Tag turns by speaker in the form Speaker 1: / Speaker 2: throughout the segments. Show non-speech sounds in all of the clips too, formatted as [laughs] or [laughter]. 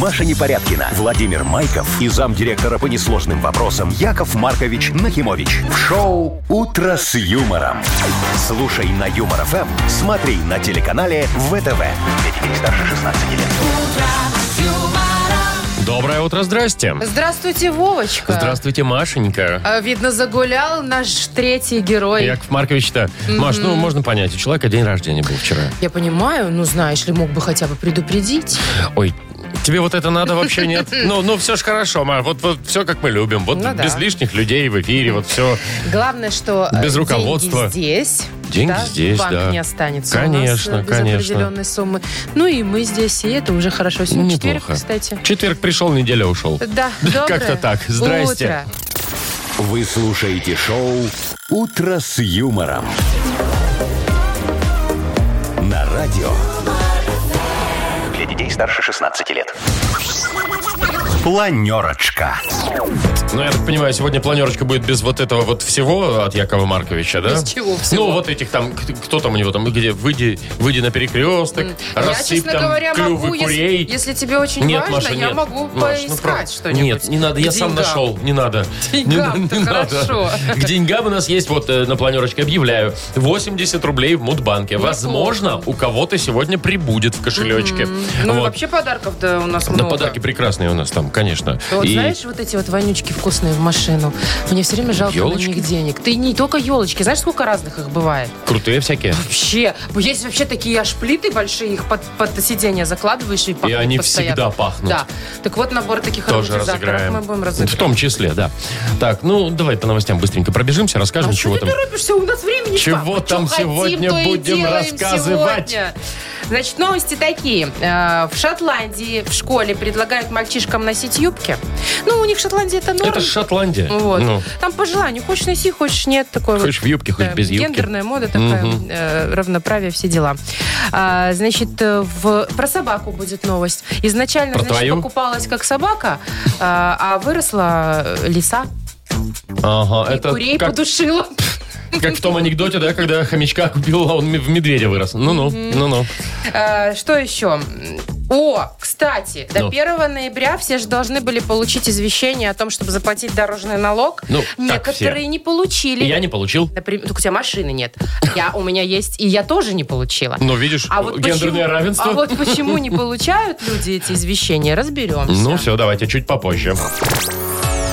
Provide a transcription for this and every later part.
Speaker 1: Маша Непорядкина, Владимир Майков и замдиректора по несложным вопросам Яков Маркович Нахимович. В шоу «Утро с юмором». Слушай на Юмор ФМ, смотри на телеканале ВТВ. Для детей старше 16 лет.
Speaker 2: Доброе утро, здрасте.
Speaker 3: Здравствуйте, Вовочка.
Speaker 2: Здравствуйте, Машенька.
Speaker 3: А, Видно, загулял наш третий герой.
Speaker 2: Яков Маркович-то. Маш, ну можно понять, у человека день рождения был вчера.
Speaker 3: Я понимаю, ну знаешь ли, мог бы хотя бы предупредить.
Speaker 2: Ой, тебе вот это надо вообще
Speaker 3: [laughs]
Speaker 2: нет? Ну, ну все ж хорошо, Маш, вот, вот все как мы любим. Вот
Speaker 3: Ну да.
Speaker 2: без лишних людей в эфире, вот все.
Speaker 3: Главное, что э,
Speaker 2: Без руководства.
Speaker 3: деньги здесь.
Speaker 2: Деньги здесь,
Speaker 3: Банк
Speaker 2: да.
Speaker 3: не останется
Speaker 2: Конечно,
Speaker 3: у нас э, без
Speaker 2: конечно.
Speaker 3: определенной суммы. Ну и мы здесь, и это уже хорошо. Сегодня четверг,
Speaker 2: Неплохо.
Speaker 3: кстати.
Speaker 2: Четверг пришел, неделя ушел.
Speaker 3: Да,
Speaker 2: [laughs]
Speaker 3: доброе
Speaker 2: Как-то так. Здрасте.
Speaker 3: утро.
Speaker 1: Вы слушаете шоу «Утро с юмором». На радио. Для детей старше 16 лет. Планерочка.
Speaker 2: Ну, я так понимаю, сегодня планерочка будет без вот этого вот всего от Якова Марковича, да?
Speaker 3: Без чего всего?
Speaker 2: Ну, вот этих там, к- кто там у него там, где выйди, выйди на перекресток,
Speaker 3: Я,
Speaker 2: рассыпь
Speaker 3: честно
Speaker 2: там
Speaker 3: говоря,
Speaker 2: клювы
Speaker 3: могу, если,
Speaker 2: курей.
Speaker 3: если тебе очень
Speaker 2: Нет,
Speaker 3: важно,
Speaker 2: Маша,
Speaker 3: я
Speaker 2: нет.
Speaker 3: могу
Speaker 2: Маш, ну,
Speaker 3: поискать
Speaker 2: правда.
Speaker 3: что-нибудь.
Speaker 2: Нет, не надо,
Speaker 3: К
Speaker 2: я сам
Speaker 3: деньгам.
Speaker 2: нашел, не надо.
Speaker 3: деньгам-то хорошо.
Speaker 2: К деньгам у нас есть, вот э, на планерочке объявляю, 80 рублей в Мудбанке. Возможно, у кого-то сегодня прибудет в кошелечке.
Speaker 3: Ну и
Speaker 2: Вот.
Speaker 3: вообще подарков-то у нас
Speaker 2: Да,
Speaker 3: много.
Speaker 2: подарки прекрасные у нас там, конечно.
Speaker 3: Вот
Speaker 2: И-
Speaker 3: знаешь, вот эти вот вонючки вкусные в машину. Мне все время жалко
Speaker 2: Ёлочки?
Speaker 3: на них денег. Ты не только елочки, знаешь, сколько разных их бывает?
Speaker 2: Крутые
Speaker 3: [laughs]
Speaker 2: всякие.
Speaker 3: Вообще, есть вообще такие аж плиты большие, их под, под сиденье закладываешь и пахнут
Speaker 2: они
Speaker 3: постоянно.
Speaker 2: всегда пахнут.
Speaker 3: Да. Так вот набор таких
Speaker 2: Тоже
Speaker 3: ароматизаторов
Speaker 2: разыграем.
Speaker 3: мы будем
Speaker 2: В
Speaker 3: разыгрывать.
Speaker 2: том числе, да. Так, ну давай по новостям быстренько пробежимся, расскажем,
Speaker 3: а
Speaker 2: чего
Speaker 3: что
Speaker 2: там.
Speaker 3: ты торопишься? У нас времени
Speaker 2: Чего
Speaker 3: пахнет. Что
Speaker 2: там
Speaker 3: хотим,
Speaker 2: сегодня
Speaker 3: то и
Speaker 2: будем
Speaker 3: делаем
Speaker 2: рассказывать?
Speaker 3: сегодня. Значит, новости такие. Э, В Шотландии в школе предлагают мальчишкам носить юбки. Ну, у них в Шотландии это норм.
Speaker 2: Это ж Шотландия.
Speaker 3: Вот.
Speaker 2: Ну,
Speaker 3: Там по желанию. Хочешь носи, хочешь нет. Такой
Speaker 2: Хочешь в юбке, хоть
Speaker 3: э,
Speaker 2: без юбки.
Speaker 3: Гендерная мода такая, э, равноправие, все дела. А, значит, э, в... про собаку будет новость. Изначально,
Speaker 2: Про
Speaker 3: значит,
Speaker 2: твою?
Speaker 3: покупалась как собака, а, а выросла э, лиса.
Speaker 2: Ага,
Speaker 3: И
Speaker 2: это
Speaker 3: курей
Speaker 2: как,
Speaker 3: подушила. [laughs]
Speaker 2: как в том анекдоте, да, когда хомячка купил, а он ме- в медведя вырос. Ну-ну, ну-ну.
Speaker 3: А, Что еще? О, кстати, до
Speaker 2: Ну.
Speaker 3: 1 ноября все же должны были получить извещение о том, чтобы заплатить дорожный налог.
Speaker 2: Ну, так
Speaker 3: Некоторые
Speaker 2: все.
Speaker 3: не получили.
Speaker 2: И я не получил.
Speaker 3: Например, только у тебя машины нет. Я, у меня есть, и я тоже не получила.
Speaker 2: Ну, видишь, гендерное
Speaker 3: А почему,
Speaker 2: равенство.
Speaker 3: А вот почему не получают люди эти извещения, разберемся.
Speaker 2: Ну все, давайте чуть попозже.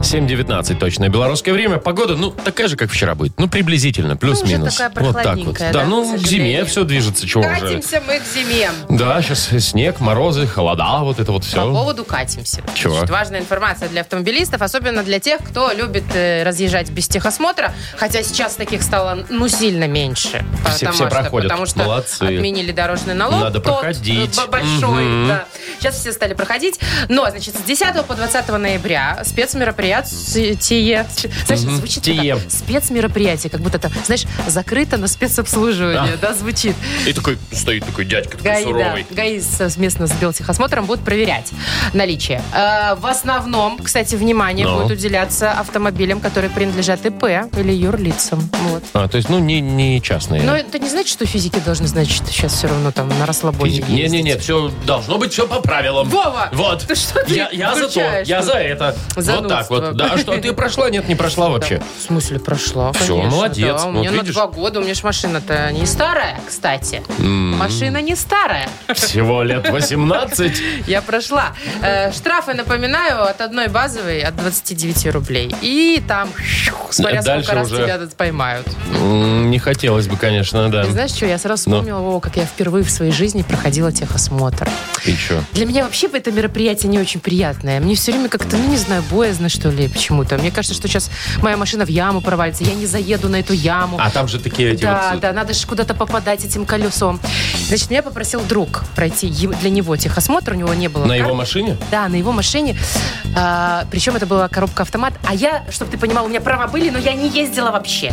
Speaker 2: 7.19 точное белорусское время. Погода, ну, такая же, как вчера будет. Ну, приблизительно, плюс-минус.
Speaker 3: такая
Speaker 2: вот так вот.
Speaker 3: прохладненькая,
Speaker 2: Да,
Speaker 3: да,
Speaker 2: ну,
Speaker 3: к
Speaker 2: к зиме
Speaker 3: сожалению.
Speaker 2: все движется, чего уже.
Speaker 3: Катимся мы к зиме.
Speaker 2: Да, сейчас снег, морозы, холода, вот это вот все.
Speaker 3: По поводу катимся.
Speaker 2: Чего?
Speaker 3: Значит, важная информация для автомобилистов, особенно для тех, кто любит э, разъезжать без техосмотра. Хотя сейчас таких стало ну сильно меньше.
Speaker 2: Все- все
Speaker 3: Потому что-
Speaker 2: проходят.
Speaker 3: Потому что
Speaker 2: Молодцы.
Speaker 3: отменили дорожный налог.
Speaker 2: Надо
Speaker 3: тот,
Speaker 2: проходить.
Speaker 3: э, б- Большой,
Speaker 2: Мгм.
Speaker 3: да. Сейчас все стали проходить. Но, значит, с 10 по 20 ноября спецмероприятие... Знаешь,
Speaker 2: Мгм.
Speaker 3: звучит
Speaker 2: Тие.
Speaker 3: как спецмероприятие, как будто это, знаешь, закрыто на спецобслуживание, да, звучит.
Speaker 2: И такой стоит такой дядька, такой
Speaker 3: ГАИ, да,
Speaker 2: суровый.
Speaker 3: ГАИ совместно с Белтехосмотром будут проверять наличие. Э, в основном, кстати, внимание
Speaker 2: Ну.
Speaker 3: будет уделяться автомобилям, которые принадлежат ИП или юрлицам. Вот.
Speaker 2: А, то есть, ну, не, не частные.
Speaker 3: Но это не значит, что физики должны, значит, сейчас все равно там на расслабоне
Speaker 2: не, не, не, все должно быть все по правилам.
Speaker 3: Вова!
Speaker 2: Вот.
Speaker 3: Ты что ты
Speaker 2: я, я за то,
Speaker 3: включаешь
Speaker 2: я
Speaker 3: тут?
Speaker 2: за это. Вот так
Speaker 3: Занудство.
Speaker 2: вот. Да, а что ты прошла? Нет, не прошла вообще.
Speaker 3: В смысле, прошла,
Speaker 2: Всё,
Speaker 3: конечно,
Speaker 2: молодец.
Speaker 3: да.
Speaker 2: Вот
Speaker 3: У меня
Speaker 2: видишь?
Speaker 3: на два года, у меня же машина-то не старая, кстати. Машина не старая.
Speaker 2: Всего лет 18.
Speaker 3: Я прошла. Э, штрафы, напоминаю, от одной базовой от 29 рублей. И там, щух, смотря
Speaker 2: Дальше
Speaker 3: сколько раз
Speaker 2: уже.
Speaker 3: тебя тут поймают.
Speaker 2: М, Не хотелось бы, конечно, да.
Speaker 3: Ты знаешь, что я сразу
Speaker 2: Ну.
Speaker 3: вспомнила, Вова, как я впервые в своей жизни проходила техосмотр.
Speaker 2: И чё?
Speaker 3: Для меня вообще это мероприятие не очень приятное. Мне все время как-то, ну не знаю, боязно, что ли, почему-то. Мне кажется, что сейчас моя машина в яму провалится, я не заеду на эту яму.
Speaker 2: А там же такие эти
Speaker 3: Да,
Speaker 2: вот...
Speaker 3: да, надо же куда-то попадать этим колесом. Значит, меня попросил друг пройти е- для него техосмотр, у него не было
Speaker 2: На его
Speaker 3: карты.
Speaker 2: машине?
Speaker 3: Да, на его машине. А, причем это была коробка автомат. А я, чтобы ты понимал, у меня права были, но я не ездила вообще.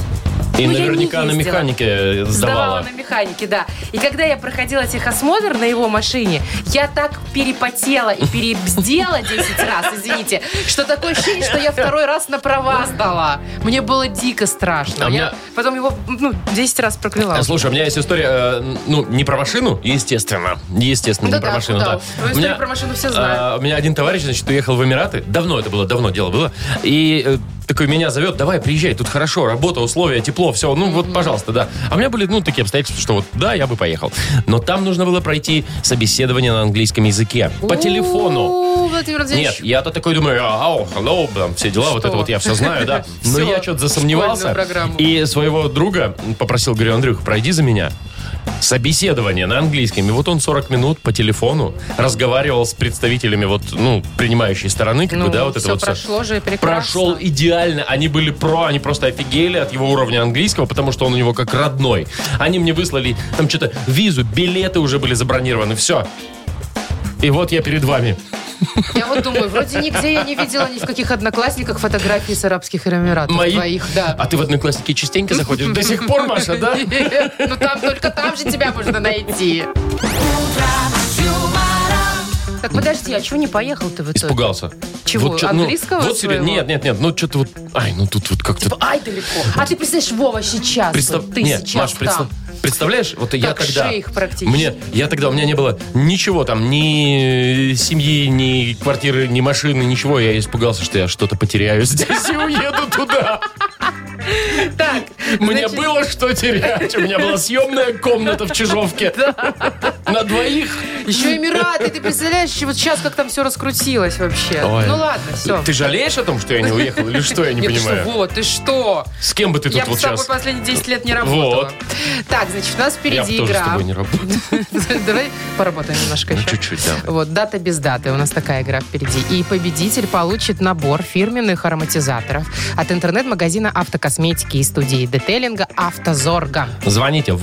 Speaker 2: И
Speaker 3: Ну, я не
Speaker 2: наверняка на
Speaker 3: ездила.
Speaker 2: механике
Speaker 3: Сдавала
Speaker 2: сдавала.
Speaker 3: на механике, да. И когда я проходила техосмотр на его машине, я так перепотела и перебздела 10 раз, извините, что такое ощущение, что я второй раз на права сдала. Мне было дико страшно.
Speaker 2: А
Speaker 3: я
Speaker 2: мне-
Speaker 3: потом его ну, 10 раз прокляла.
Speaker 2: А, Слушай, у меня есть история, э, ну, не про машину, естественно. Естественно,
Speaker 3: Да
Speaker 2: не про
Speaker 3: да,
Speaker 2: машину,
Speaker 3: куда
Speaker 2: да.
Speaker 3: уж. Ну, историю про машину все знают.
Speaker 2: а, у меня один товарищ, значит, уехал в Эмираты. Давно это было, давно дело было. И э, такой меня зовет, давай, приезжай, тут хорошо, работа, условия, тепло, все. Ну, вот, пожалуйста, да. А у меня были, ну, такие обстоятельства, что вот, да, я бы поехал. Но там нужно было пройти собеседование на английском языке. По телефону.
Speaker 3: У, Владимир Владимирович.
Speaker 2: Нет, я-то такой думаю, ау, hello, там все дела, вот
Speaker 3: Что?
Speaker 2: это вот я все знаю,
Speaker 3: [laughs]
Speaker 2: да. Но
Speaker 3: Всё,
Speaker 2: я что-то засомневался.
Speaker 3: школьную программу.
Speaker 2: И своего друга попросил, говорю, Андрюх, пройди за меня. Собеседование на английском. И вот он 40 минут по телефону разговаривал с представителями вот, ну, принимающей стороны, как
Speaker 3: Ну,
Speaker 2: бы, да, вот это
Speaker 3: всё
Speaker 2: вот всё.
Speaker 3: прошло же прекрасно.
Speaker 2: Прошел идеально. Они были про, они просто офигели от его уровня английского, потому что он у него как родной. Они мне выслали там что-то визу, билеты уже были забронированы, все. И вот я перед вами.
Speaker 3: Я вот думаю, вроде нигде я не видела ни в каких одноклассниках фотографий с Арабских Эмиратов.
Speaker 2: Мои?
Speaker 3: Твоих, да.
Speaker 2: А ты в одноклассники частенько заходишь? До сих пор, Маша,
Speaker 3: [laughs]
Speaker 2: да?
Speaker 3: Ну там только там же тебя можно найти. Так подожди, а чего не поехал ты в итоге?
Speaker 2: Испугался.
Speaker 3: Чего,
Speaker 2: чё- ну,
Speaker 3: английского
Speaker 2: вот серьё-
Speaker 3: своего?
Speaker 2: Нет, нет, нет, ну что-то вот... Ай, ну тут вот как-то...
Speaker 3: Типа, Ай, далеко. А ты представляешь, Вова, сейчас.
Speaker 2: Представ-
Speaker 3: вот Ты
Speaker 2: Нет,
Speaker 3: сейчас
Speaker 2: Маш,
Speaker 3: там.
Speaker 2: представ- представляешь, вот я
Speaker 3: Как
Speaker 2: тогда...
Speaker 3: шейх практически.
Speaker 2: Мне, я тогда, у меня не было ничего там, ни семьи, ни квартиры, ни машины, ничего. Я испугался, что я что-то потеряю [laughs] здесь и уеду туда.
Speaker 3: [laughs] Так,
Speaker 2: Мне
Speaker 3: значит,
Speaker 2: было что терять. У меня была съемная комната в
Speaker 3: [laughs]
Speaker 2: Чижовке. На двоих.
Speaker 3: Еще Эмираты, ты представляешь, вот сейчас как там все раскрутилось вообще.
Speaker 2: Ой.
Speaker 3: Ну ладно, все.
Speaker 2: Ты жалеешь о том, что я не уехал, или что, [laughs] я не
Speaker 3: Нет, ты что,
Speaker 2: понимаю?
Speaker 3: Вова, ты что?
Speaker 2: С кем бы ты тут
Speaker 3: Я бы
Speaker 2: вот
Speaker 3: с тобой
Speaker 2: сейчас?
Speaker 3: последние 10 лет не работала.
Speaker 2: Вот.
Speaker 3: Так, значит, у нас
Speaker 2: Я
Speaker 3: впереди
Speaker 2: бы тоже с
Speaker 3: игра.
Speaker 2: тобой
Speaker 3: [laughs]
Speaker 2: не работаю.
Speaker 3: Давай поработаем немножко
Speaker 2: Ну,
Speaker 3: еще.
Speaker 2: чуть-чуть, давай.
Speaker 3: Вот, дата без даты. У нас такая игра впереди. И победитель получит набор фирменных ароматизаторов от интернет-магазина автокосметики и студии детейлинга «Автозорга».
Speaker 2: Звоните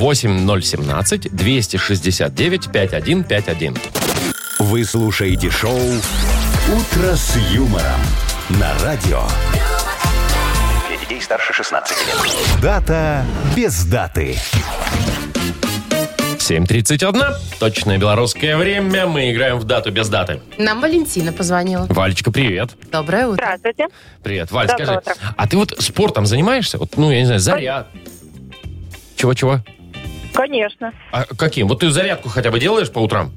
Speaker 2: 8017-269-5151.
Speaker 1: Вы слушаете шоу «Утро с юмором» на радио.
Speaker 4: Для детей старше 16 лет.
Speaker 1: Дата без даты.
Speaker 2: 7.31. Точное белорусское время. Мы играем в дату без даты.
Speaker 3: Нам Валентина позвонила.
Speaker 2: Валечка, привет.
Speaker 3: Доброе утро.
Speaker 5: Здравствуйте.
Speaker 2: Привет, Валь,
Speaker 5: Доброе
Speaker 2: скажи,
Speaker 5: утро.
Speaker 2: а ты вот спортом занимаешься? Вот, ну, я не знаю, заряд. Чего-чего?
Speaker 5: Конечно.
Speaker 2: А каким? Вот ты зарядку хотя бы делаешь по утрам?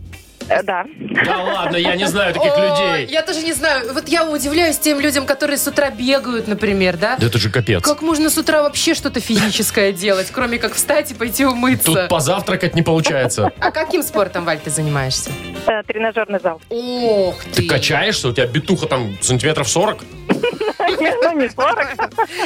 Speaker 5: Э, Да.
Speaker 2: Да ладно, я не знаю таких
Speaker 3: Ой,
Speaker 2: людей.
Speaker 3: Я тоже не знаю. Вот я удивляюсь тем людям, которые с утра бегают, например, да?
Speaker 2: Да это же капец.
Speaker 3: Как можно с утра вообще что-то физическое делать, кроме как встать и пойти умыться?
Speaker 2: Тут позавтракать не получается.
Speaker 3: А каким спортом, Валь, ты занимаешься?
Speaker 5: Э, Тренажерный
Speaker 3: [laughs]
Speaker 5: зал.
Speaker 3: Ох ты!
Speaker 2: Ты качаешься, у тебя битуха там сантиметров 40?
Speaker 5: Конечно, Ну, не 40.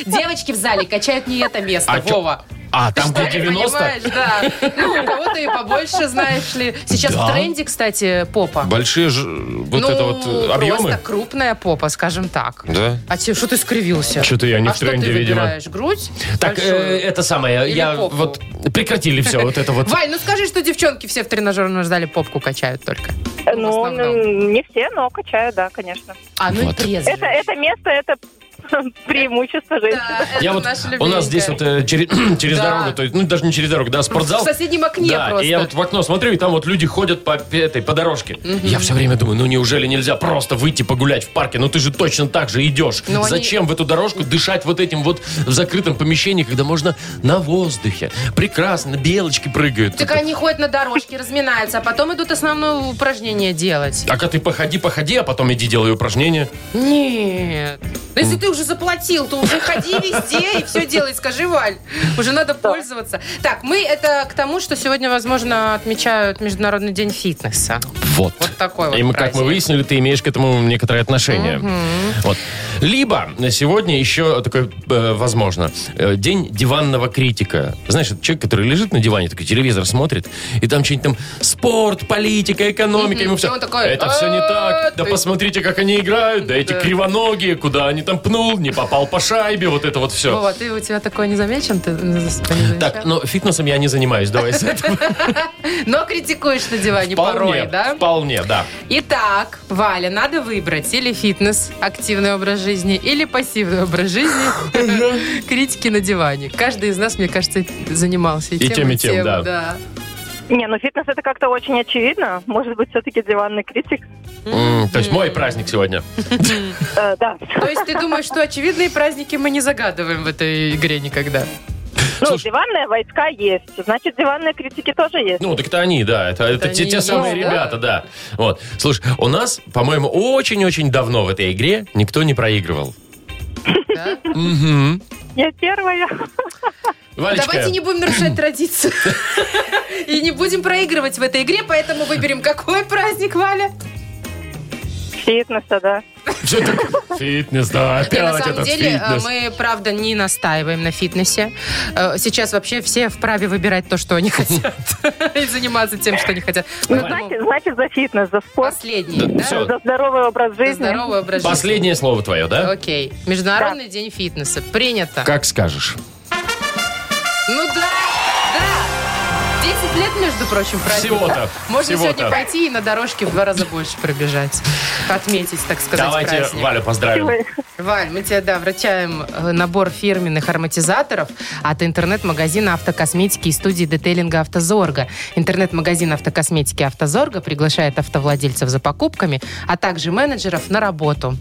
Speaker 3: Девочки в зале качают не это место,
Speaker 2: А чё-
Speaker 3: Вова.
Speaker 2: А, там
Speaker 3: Ты
Speaker 2: где
Speaker 3: что, не
Speaker 2: 90?
Speaker 3: понимаешь, да. Ну, у кого-то и побольше, знаешь ли. Сейчас
Speaker 2: Да.
Speaker 3: в тренде, кстати, попа.
Speaker 2: Большие ж- вот
Speaker 3: ну,
Speaker 2: это вот э,
Speaker 3: просто
Speaker 2: объемы.
Speaker 3: крупная попа, скажем так.
Speaker 2: Да.
Speaker 3: А тебе что ты скривился?
Speaker 2: Что-то я не
Speaker 3: а
Speaker 2: в тренде,
Speaker 3: что ты
Speaker 2: видимо.
Speaker 3: выбираешь, грудь?
Speaker 2: Так, э,
Speaker 3: большую?
Speaker 2: это самое,
Speaker 3: Или
Speaker 2: я
Speaker 3: попу?
Speaker 2: вот прекратили все, вот это
Speaker 3: [laughs]
Speaker 2: вот.
Speaker 3: Валь, ну скажи, что девчонки все в тренажерном зале попку качают только.
Speaker 5: Э,
Speaker 3: В
Speaker 5: Ну,
Speaker 3: основном.
Speaker 5: м, не все, но качаю, да, конечно.
Speaker 3: А, ну
Speaker 2: Вот.
Speaker 3: и трезвые.
Speaker 5: Это, это место, это [laughs] преимущество
Speaker 3: Да,
Speaker 5: женщин.
Speaker 3: это
Speaker 2: Я вот,
Speaker 3: наша
Speaker 2: у нас здесь вот
Speaker 3: любименькая.
Speaker 2: э, через, [clears throat] через
Speaker 3: Да.
Speaker 2: дорогу, то есть, ну даже не через дорогу, да, спортзал.
Speaker 3: В соседнем окне
Speaker 2: да,
Speaker 3: просто.
Speaker 2: и я вот в окно смотрю, и там вот люди ходят по этой, по дорожке. Я все время думаю, ну неужели нельзя просто выйти погулять в парке? Ну ты же точно так же идешь.
Speaker 3: Ну, они-
Speaker 2: Зачем в эту дорожку дышать вот этим вот в закрытом помещении, когда можно на воздухе? Прекрасно, белочки прыгают.
Speaker 3: Так они ходят на дорожке, разминаются, а потом идут основное упражнение делать.
Speaker 2: Так, а ты походи, походи, а потом иди делай упражнения.
Speaker 3: Нет. Ну, если ты уже заплатил, то уже ходи везде и все делай, скажи, Валь. Уже надо пользоваться. Так, мы это к тому, что сегодня, возможно, отмечают Международный день фитнеса.
Speaker 2: Вот.
Speaker 3: Вот такой вот
Speaker 2: И мы, как мы
Speaker 3: праздник.
Speaker 2: выяснили, ты имеешь к этому некоторое отношение. Вот. Либо на сегодня еще такой, э, возможно, э, день диванного критика. Знаешь, это человек, который лежит на диване, такой телевизор смотрит, и там что-нибудь там спорт, политика, экономика, ему все.
Speaker 3: И он такой,
Speaker 2: это все не
Speaker 3: «А,
Speaker 2: так. Да
Speaker 3: ты».
Speaker 2: посмотрите, как они играют, да эти
Speaker 3: Да.
Speaker 2: кривоногие, куда они там пнул, не попал по шайбе, вот это вот все.
Speaker 3: Вова, ты у тебя такое не замечен? Ты не замечал?
Speaker 2: ну,
Speaker 3: [laughs]
Speaker 2: Так, но фитнесом я не занимаюсь, давай с этого.
Speaker 3: Но критикуешь на диване
Speaker 2: Вполне,
Speaker 3: порой, да?
Speaker 2: вполне, да.
Speaker 3: Итак, Валя, надо выбрать или фитнес, активный образ жизни, или пассивный образ жизни, критики на диване. Каждый из нас, мне кажется, занимался и,
Speaker 2: И тем, и тем, да.
Speaker 5: Не, ну фитнес это как-то очень очевидно. Может быть, все-таки диванный критик.
Speaker 2: М, То есть мой праздник сегодня.
Speaker 5: Э, да.
Speaker 3: То есть ты думаешь, что очевидные праздники мы не загадываем в этой игре никогда?
Speaker 5: Ну,
Speaker 2: Слушай.
Speaker 5: диванная войска есть. Значит, диванные критики тоже есть.
Speaker 2: Ну, так это они, да. Это, это
Speaker 3: они
Speaker 2: те,
Speaker 3: и
Speaker 2: те
Speaker 3: есть,
Speaker 2: самые
Speaker 3: да.
Speaker 2: ребята, да. Вот. Слушай, у нас, по-моему, очень-очень давно в этой игре никто не проигрывал.
Speaker 3: Да?
Speaker 2: Мгм.
Speaker 5: Я первая. [laughs]
Speaker 2: Валечка,
Speaker 3: Давайте не будем нарушать традицию. И не будем проигрывать в этой игре, поэтому выберем, какой праздник, Валя?
Speaker 5: Фитнеса, да.
Speaker 2: [laughs] что так? Фитнес, да,
Speaker 3: Не,
Speaker 2: опять
Speaker 3: на самом
Speaker 2: этот
Speaker 3: деле, э,
Speaker 2: фитнес.
Speaker 3: мы, правда, не настаиваем на фитнесе. Э, Сейчас вообще все вправе выбирать то, что они [laughs] хотят. И заниматься тем, что они хотят.
Speaker 5: Ну,
Speaker 3: Поэтому
Speaker 5: значит, значит, за фитнес, за спорт,
Speaker 3: Последний, да?
Speaker 2: всё.
Speaker 5: за здоровый образ
Speaker 3: За
Speaker 5: жизни.
Speaker 3: Здоровый образ жизни.
Speaker 2: Последнее слово твое, да?
Speaker 3: Окей. Международный день фитнеса. Принято.
Speaker 2: Как скажешь.
Speaker 3: Ну да, да. 10 лет, между прочим, праздник.
Speaker 2: Всего-то.
Speaker 3: Можно
Speaker 2: всего-то.
Speaker 3: сегодня пойти и на дорожке в два раза больше пробежать. Отметить, так сказать,
Speaker 2: Давайте
Speaker 3: праздник.
Speaker 2: Валю поздравим.
Speaker 3: Валь, мы тебе, да, вручаем э, набор фирменных ароматизаторов от интернет-магазина автокосметики и студии детейлинга «Автозорга». Интернет-магазин автокосметики «Автозорга» приглашает автовладельцев за покупками, а также менеджеров на работу.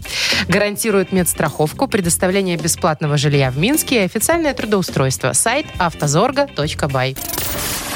Speaker 3: Гарантирует медстраховку, предоставление бесплатного жилья в Минске и официальное трудоустройство. Сайт автозорга.бай.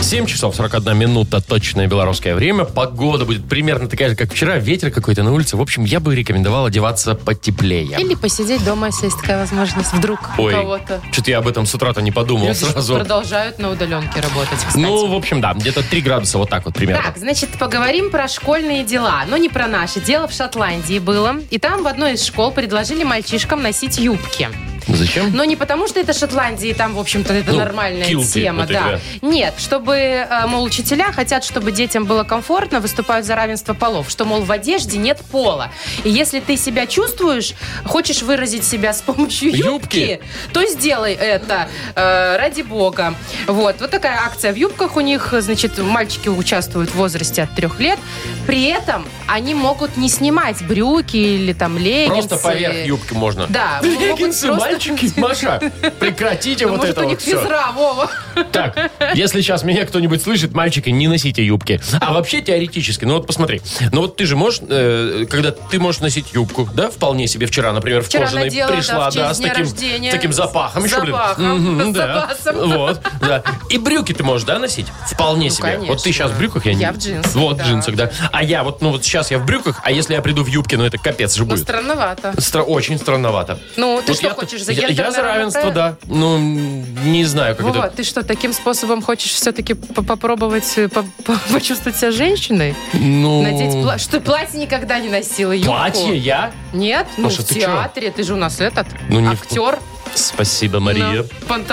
Speaker 2: 7 часов 41 минута, точное белорусское время. Погода будет примерно такая же, как вчера. Ветер какой-то на улице. В общем, я бы рекомендовал одеваться потеплее.
Speaker 3: Или посидеть дома, если есть такая возможность. Вдруг у
Speaker 2: Ой,
Speaker 3: кого-то.
Speaker 2: что-то я об этом с утра-то не подумал
Speaker 3: Люди ж
Speaker 2: сразу.
Speaker 3: продолжают на удаленке работать, кстати.
Speaker 2: Ну, в общем, да, где-то 3 градуса, вот так вот примерно.
Speaker 3: Так, значит, поговорим про школьные дела, но не про наши. Дело в Шотландии было, и там в одной из школ предложили мальчишкам носить юбки.
Speaker 2: Зачем?
Speaker 3: Но не потому, что это Шотландия, и там, в общем-то, это
Speaker 2: Ну,
Speaker 3: нормальная
Speaker 2: килты
Speaker 3: тема,
Speaker 2: вот эти,
Speaker 3: да. Нет, чтобы, э, мол, учителя хотят, чтобы детям было комфортно, выступают за равенство полов, что, мол, в одежде нет пола. И если ты себя чувствуешь, хочешь выразить себя с помощью юбки,
Speaker 2: Юбки?
Speaker 3: то сделай это, э, ради бога. Вот, вот такая акция в юбках у них, значит, мальчики участвуют в возрасте от трех лет, при этом они могут не снимать брюки или там леггинсы.
Speaker 2: Просто поверх юбки можно. [laughs]
Speaker 3: Да, могут
Speaker 2: Леггинсы,
Speaker 3: просто-
Speaker 2: мальчики,
Speaker 3: [laughs]
Speaker 2: Маша, прекратите
Speaker 3: Ну,
Speaker 2: вот
Speaker 3: может,
Speaker 2: это
Speaker 3: у
Speaker 2: вот
Speaker 3: них
Speaker 2: все.
Speaker 3: физра, Вова. [laughs]
Speaker 2: Так, если сейчас меня кто-нибудь слышит, мальчики, не носите юбки. А вообще теоретически, ну вот посмотри, ну вот ты же можешь, э, когда ты можешь носить юбку, да, вполне себе вчера, например, в
Speaker 3: Вчера
Speaker 2: кожаной
Speaker 3: надела, да,
Speaker 2: пришла,
Speaker 3: в честь
Speaker 2: с
Speaker 3: дня
Speaker 2: таким,
Speaker 3: рождения.
Speaker 2: с таким запахом. еще, блин.
Speaker 3: Запахом,
Speaker 2: Мгм,
Speaker 3: с
Speaker 2: да. [laughs]
Speaker 3: запасом. Ну,
Speaker 2: Вот, да. И брюки ты можешь, да, носить? Вполне себе. Вот ты
Speaker 3: конечно.
Speaker 2: сейчас в брюках, я не...
Speaker 3: Я в джинсах,
Speaker 2: Вот,
Speaker 3: да.
Speaker 2: в джинсах, да. А я вот, ну вот сейчас я в брюках, а если я приду в юбке, ну это капец же
Speaker 3: Ну,
Speaker 2: будет.
Speaker 3: странновато.
Speaker 2: Стра- очень странновато.
Speaker 3: Ну, ты
Speaker 2: Вот
Speaker 3: что
Speaker 2: я-
Speaker 3: хочешь, за
Speaker 2: я- Я за
Speaker 3: гендерное
Speaker 2: равенство,
Speaker 3: равноправие?
Speaker 2: да. Ну, м, не знаю, как
Speaker 3: Вова,
Speaker 2: это...
Speaker 3: ты что, таким способом хочешь все-таки по- попробовать э, по- [laughs] по- почувствовать себя женщиной?
Speaker 2: Ну...
Speaker 3: Надеть платье? Что ты платье никогда не носила? юбку?
Speaker 2: Платье я?
Speaker 3: Нет, ну
Speaker 2: Маша,
Speaker 3: в
Speaker 2: ты чё?
Speaker 3: театре, ты же у нас этот,
Speaker 2: Ну, не в-
Speaker 3: актер.
Speaker 2: Спасибо,
Speaker 3: На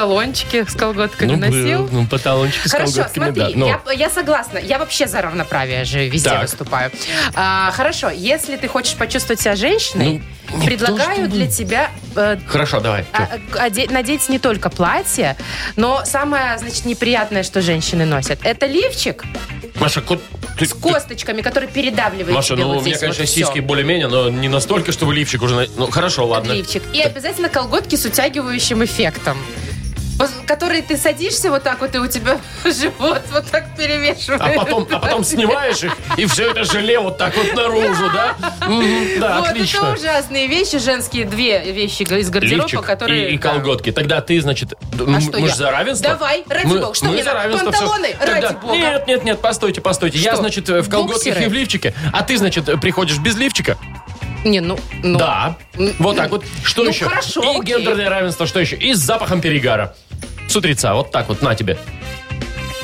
Speaker 3: панталончике с колготками Ну, носил.
Speaker 2: ну, по талончику с
Speaker 3: Хорошо,
Speaker 2: колготками,
Speaker 3: смотри,
Speaker 2: да. Ну,
Speaker 3: я, я согласна. Я вообще за равноправие же везде
Speaker 2: Так.
Speaker 3: выступаю. А, хорошо, если ты хочешь почувствовать себя женщиной,
Speaker 2: Ну, не то,
Speaker 3: предлагаю
Speaker 2: чтобы-
Speaker 3: для тебя э,
Speaker 2: Хорошо, давай. чё?
Speaker 3: А- а- оде- надеть не только платье, но самое, значит, неприятное, что женщины носят, это лифчик
Speaker 2: Маша, кот... ты-
Speaker 3: с
Speaker 2: ты-
Speaker 3: косточками, который передавливает
Speaker 2: Маша,
Speaker 3: тебе
Speaker 2: ну,
Speaker 3: вот
Speaker 2: у меня,
Speaker 3: здесь вот
Speaker 2: конечно,
Speaker 3: всё.
Speaker 2: сиськи более-менее, но не настолько, чтобы лифчик уже... на- Ну, хорошо, ладно.
Speaker 3: Лифчик. И обязательно колготки с утягивающим эффектом. Вот, Которые ты садишься вот так вот, и у тебя [laughs] живот вот так перевешивает.
Speaker 2: А потом, а потом снимаешь их, и все это желе вот так вот наружу, да? Мгм, Да,
Speaker 3: вот, это
Speaker 2: отлично.
Speaker 3: ужасные вещи, женские две вещи из гардероба,
Speaker 2: Лифчик
Speaker 3: которые...
Speaker 2: и, и
Speaker 3: да.
Speaker 2: колготки. Тогда ты, значит, м-
Speaker 3: А что
Speaker 2: мы
Speaker 3: я?
Speaker 2: же за равенство.
Speaker 3: Давай, ради
Speaker 2: мы,
Speaker 3: бога. Что
Speaker 2: мы
Speaker 3: мне
Speaker 2: за
Speaker 3: надо?
Speaker 2: равенство. всё.
Speaker 3: Панталоны?
Speaker 2: Тогда-
Speaker 3: Ради бога.
Speaker 2: Нет, нет, нет, постойте, постойте. Я,
Speaker 3: Что?
Speaker 2: значит, э, в колготках
Speaker 3: Буксеры?
Speaker 2: и в лифчике, а ты, значит, э, приходишь без лифчика,
Speaker 3: Не, ну, ну.
Speaker 2: Да. Вот так вот. Что
Speaker 3: Ну,
Speaker 2: еще?
Speaker 3: хорошо,
Speaker 2: И
Speaker 3: окей.
Speaker 2: гендерное равенство, что еще? И с запахом перегара. С утреца. Вот так вот, на тебе.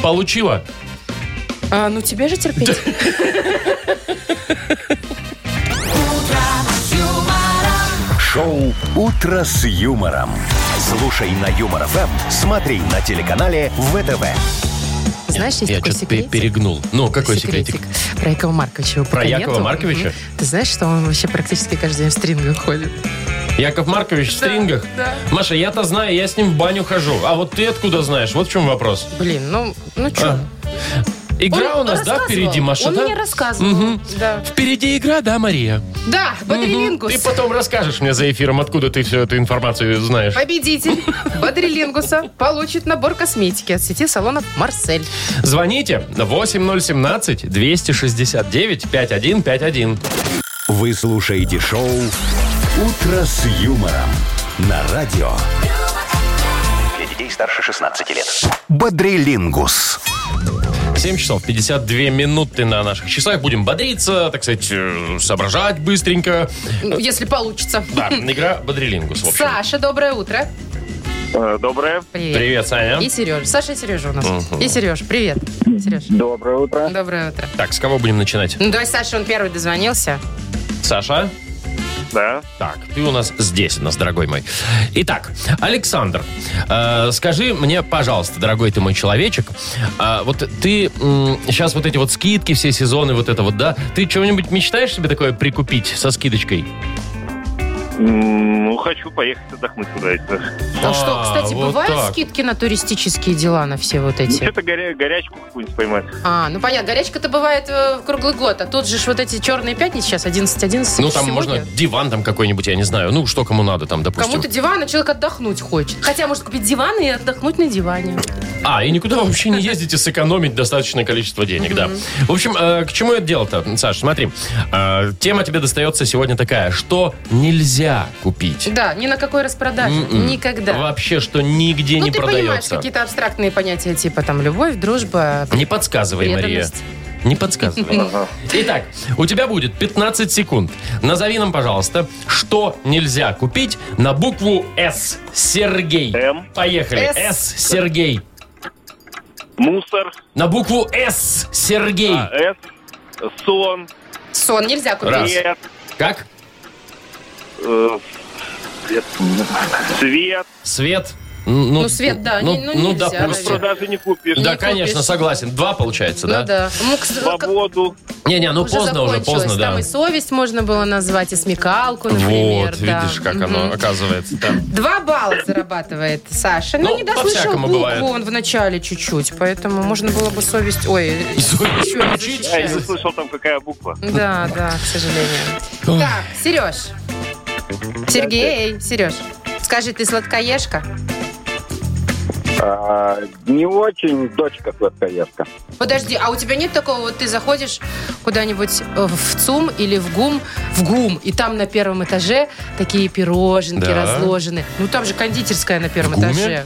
Speaker 2: Получила?
Speaker 3: А, ну тебе же терпеть.
Speaker 1: Шоу «Утро с юмором». Слушай на Юмор ФМ, смотри на телеканале ВТВ.
Speaker 3: Знаешь, есть
Speaker 2: Я
Speaker 3: такой
Speaker 2: что-то
Speaker 3: секретик.
Speaker 2: перегнул. Ну, какой секретик?
Speaker 3: Про Якова Марковича. его
Speaker 2: Про
Speaker 3: пока
Speaker 2: Якова
Speaker 3: нету.
Speaker 2: Марковича?
Speaker 3: Мгм. Ты знаешь, что он вообще практически каждый день в стрингах ходит?
Speaker 2: Яков Маркович в стрингах.
Speaker 3: да.
Speaker 2: Маша, я-то знаю, я с ним в баню хожу. А вот ты откуда знаешь? Вот в чем вопрос.
Speaker 3: Блин, ну, ну что?
Speaker 2: Игра у нас, А, да, впереди, Маша,
Speaker 3: Он
Speaker 2: да?
Speaker 3: мне рассказывал.
Speaker 2: Мгм.
Speaker 3: Да.
Speaker 2: Впереди игра, да, Мария?
Speaker 3: Да, Бодрилингус.
Speaker 2: Ты потом расскажешь мне за эфиром, откуда ты всю эту информацию знаешь. [laughs]
Speaker 3: Победитель Бодрилингуса получит набор косметики от сети салонов «Марсель».
Speaker 2: Звоните на 8017-269-5151.
Speaker 1: Вы слушаете шоу «Утро с юмором» на радио
Speaker 4: Для детей старше 16 лет.
Speaker 1: «Бодрилингус».
Speaker 2: 7 часов 52 минуты на наших часах. Будем бодриться, так сказать, э, соображать быстренько.
Speaker 3: Ну, Если получится.
Speaker 2: Да, игра Бодрилингус, в общем.
Speaker 3: Саша, доброе утро.
Speaker 6: Э, Доброе.
Speaker 3: Привет.
Speaker 2: Привет, Саня.
Speaker 3: И Сережа. Саша и Сережа у нас. И Сережа, привет. Сереж.
Speaker 6: Доброе утро.
Speaker 3: Доброе утро.
Speaker 2: Так, с кого будем начинать?
Speaker 3: Ну, давай Саша, он первый дозвонился.
Speaker 2: Саша?
Speaker 6: Да.
Speaker 2: Так, ты у нас здесь, у нас, дорогой мой. Итак, Александр, э, скажи мне, пожалуйста, дорогой ты мой человечек, а вот ты сейчас вот эти вот скидки, все сезоны, вот это вот, да, ты чего-нибудь мечтаешь себе такое прикупить со скидочкой?
Speaker 6: М, Ну, хочу поехать отдохнуть куда-нибудь.
Speaker 3: А, что, кстати,
Speaker 2: вот
Speaker 3: бывают
Speaker 2: так.
Speaker 3: скидки на туристические дела, на все вот
Speaker 6: Ну,
Speaker 3: эти?
Speaker 6: что-то горя- горячку какую-нибудь поймать.
Speaker 3: А, ну понятно, горячка-то бывает э, в круглый год, а тут же ж вот эти черные пятницы сейчас, 11-11.
Speaker 2: Ну, там можно диван там какой-нибудь, я не знаю, ну, что кому надо там, допустим.
Speaker 3: Кому-то диван, а человек отдохнуть хочет. Хотя может купить диван и отдохнуть на диване.
Speaker 2: А, и никуда вообще не ездите сэкономить достаточное количество денег, да. В общем, э, к чему это дело-то, Саш, смотри. э, Тема тебе достается сегодня такая, что нельзя купить.
Speaker 3: Да, ни на какой распродаже.
Speaker 2: М-м.
Speaker 3: Никогда.
Speaker 2: Вообще, что нигде
Speaker 3: ну,
Speaker 2: не
Speaker 3: ты понимаешь
Speaker 2: продается.
Speaker 3: какие-то абстрактные понятия, типа там любовь, дружба,
Speaker 2: Не подсказывай, Мария.
Speaker 3: преданность.
Speaker 2: Не подсказывай. Итак, у тебя будет 15 секунд. Назови нам, пожалуйста, что нельзя купить на букву «С». Сергей.
Speaker 6: М.
Speaker 2: Поехали.
Speaker 3: «С».
Speaker 2: «С». Сергей.
Speaker 6: Мусор.
Speaker 2: На букву «С». Сергей.
Speaker 6: А, С. Сон.
Speaker 3: Сон нельзя купить.
Speaker 2: Раз.
Speaker 6: Свет.
Speaker 2: Как?
Speaker 6: э, Свет. Свет.
Speaker 2: Свет. Ну,
Speaker 3: Ну, свет, да,
Speaker 2: Ну,
Speaker 3: не- ну,
Speaker 2: ну,
Speaker 3: нельзя,
Speaker 2: допустим.
Speaker 3: наверное.
Speaker 6: Продажи не купишь.
Speaker 2: Да,
Speaker 3: Не
Speaker 2: конечно,
Speaker 3: купишь.
Speaker 2: согласен. Два получается,
Speaker 3: Ну
Speaker 2: да?
Speaker 3: да. Ну, к- как-
Speaker 6: Свободу.
Speaker 2: Не-не, ну поздно уже,
Speaker 3: закончилось.
Speaker 2: поздно, да.
Speaker 3: Там и совесть можно было назвать, и смекалку, например.
Speaker 2: Вот,
Speaker 3: да.
Speaker 2: видишь, как оно
Speaker 3: Мгм.
Speaker 2: оказывается.
Speaker 3: [laughs]
Speaker 2: да.
Speaker 3: Два балла зарабатывает Саша. Ну,
Speaker 2: Ну,
Speaker 3: не дослышал
Speaker 2: по-всякому
Speaker 3: букву
Speaker 2: бывает.
Speaker 3: он в начале чуть-чуть, поэтому можно было бы
Speaker 2: [laughs]
Speaker 3: совесть... Ой,
Speaker 2: Совесть а
Speaker 3: еще раз
Speaker 2: включить?
Speaker 6: Я не
Speaker 3: защищать.
Speaker 6: слышал там какая буква.
Speaker 3: Да, да, к сожалению. Так, Сереж. Сергей, Сереж. Скажи, ты сладкоежка?
Speaker 7: А, не очень дочка сладкоежка.
Speaker 3: Подожди, а у тебя нет такого, вот ты заходишь куда-нибудь э, в ЦУМ или в ГУМ, в ГУМ, и там на первом этаже такие пироженки
Speaker 2: Да.
Speaker 3: разложены. Ну, там же кондитерская на первом
Speaker 2: В ГУМе?
Speaker 3: этаже.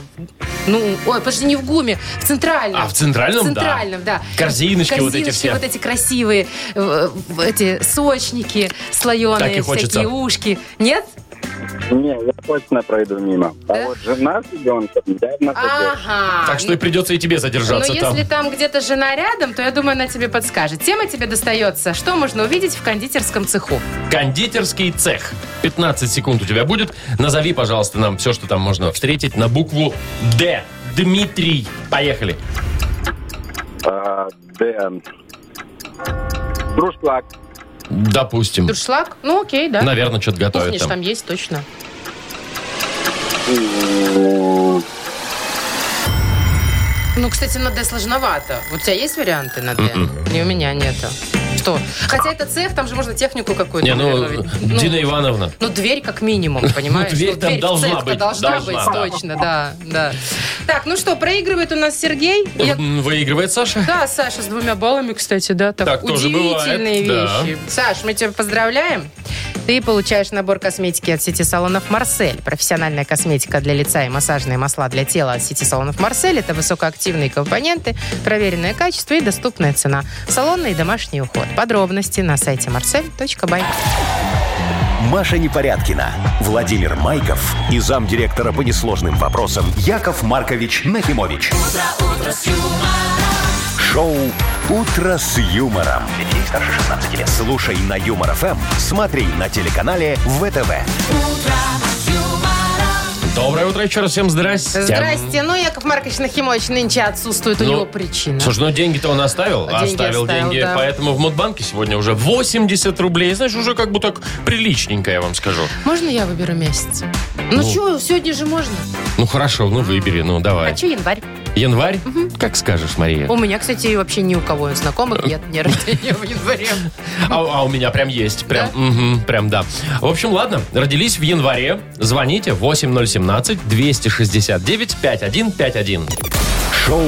Speaker 3: Ну, ой, подожди, не в ГУМе, в Центральном.
Speaker 2: А, в Центральном,
Speaker 3: В
Speaker 2: да.
Speaker 3: Центральном, да.
Speaker 2: Корзиночки вот эти
Speaker 3: Корзиночки
Speaker 2: все.
Speaker 3: вот эти красивые, э, э, эти сочники слоеные,
Speaker 2: Так и хочется.
Speaker 3: всякие ушки. Нет?
Speaker 7: Не, я точно пройду мимо.
Speaker 3: Да? А.
Speaker 7: А вот жена с ребенком, явно сойдет.
Speaker 3: Ага.
Speaker 2: Так что и придется и тебе
Speaker 3: Но
Speaker 2: задержаться там.
Speaker 3: Ну, если там где-то жена рядом, то я думаю, она тебе подскажет. Тема тебе достается. Что можно увидеть в кондитерском цеху?
Speaker 2: Кондитерский цех. 15 секунд у тебя будет. Назови, пожалуйста, нам все, что там можно встретить на букву «Д». Дмитрий. Поехали.
Speaker 7: А, Дэн. Друшлаг.
Speaker 2: Допустим.
Speaker 3: Дуршлаг? Ну, окей, да.
Speaker 2: Наверное, что-то готовят
Speaker 3: Кухня ж
Speaker 2: там.
Speaker 3: там есть, точно.
Speaker 7: М,
Speaker 3: Ну, кстати, на Д сложновато. Вот у тебя есть варианты на Д?
Speaker 2: М-м.
Speaker 3: И у меня нету. Что? Хотя это цех, там же можно технику какую-то.
Speaker 2: Не, ну,
Speaker 3: наверное, ведь.
Speaker 2: Дина Ивановна.
Speaker 3: ну, дверь как минимум, понимаешь?
Speaker 2: дверь там
Speaker 3: в
Speaker 2: должна
Speaker 3: цех-то
Speaker 2: быть,
Speaker 3: Должна
Speaker 2: должна, да.
Speaker 3: быть, точно, да, да. Так, ну что, проигрывает у нас Сергей? Я-
Speaker 2: М, Выигрывает Саша.
Speaker 3: Да, Саша, с двумя баллами, кстати, да. Так,
Speaker 2: Так тоже
Speaker 3: удивительные
Speaker 2: бывает,
Speaker 3: вещи. Саш, мы тебя поздравляем. Ты получаешь набор косметики от сети салонов «Марсель». Профессиональная косметика для лица и массажные масла для тела от сети салонов «Марсель» — это высокоактивные компоненты, проверенное качество и доступная цена. Салонный и домашний уход. Подробности на сайте marsel.by.
Speaker 1: Маша Непорядкина, Владимир Майков и замдиректора по несложным вопросам Яков Маркович Нахимович. Шоу Утро с юмором.
Speaker 4: Для детей старше 16 лет.
Speaker 1: Слушай на юмор ФМ, смотри на телеканале ВТВ.
Speaker 2: Доброе утро еще раз, всем здрасте.
Speaker 3: Здрасте. Ну, Яков Маркович Нахимович нынче отсутствует. У
Speaker 2: Ну,
Speaker 3: него причина.
Speaker 2: Слушай, ну деньги-то он оставил.
Speaker 3: Деньги
Speaker 2: оставил,
Speaker 3: оставил,
Speaker 2: деньги.
Speaker 3: да.
Speaker 2: Поэтому в Модбанке сегодня уже 80 рублей. Знаешь, уже как бы так приличненько, я вам скажу.
Speaker 3: Можно я выберу месяц? Ну,
Speaker 2: Ну.
Speaker 3: что, сегодня же можно.
Speaker 2: Ну хорошо, ну выбери, ну давай.
Speaker 3: А что январь?
Speaker 2: Январь? Как скажешь, Мария.
Speaker 3: У меня, кстати, и вообще ни у кого из знакомых нет дня рождения в январе.
Speaker 2: А, а у меня прям есть. Прям,
Speaker 3: Да?
Speaker 2: мгм, прям да. В общем, ладно, родились в январе. Звоните 8017-269-5151.
Speaker 1: Шоу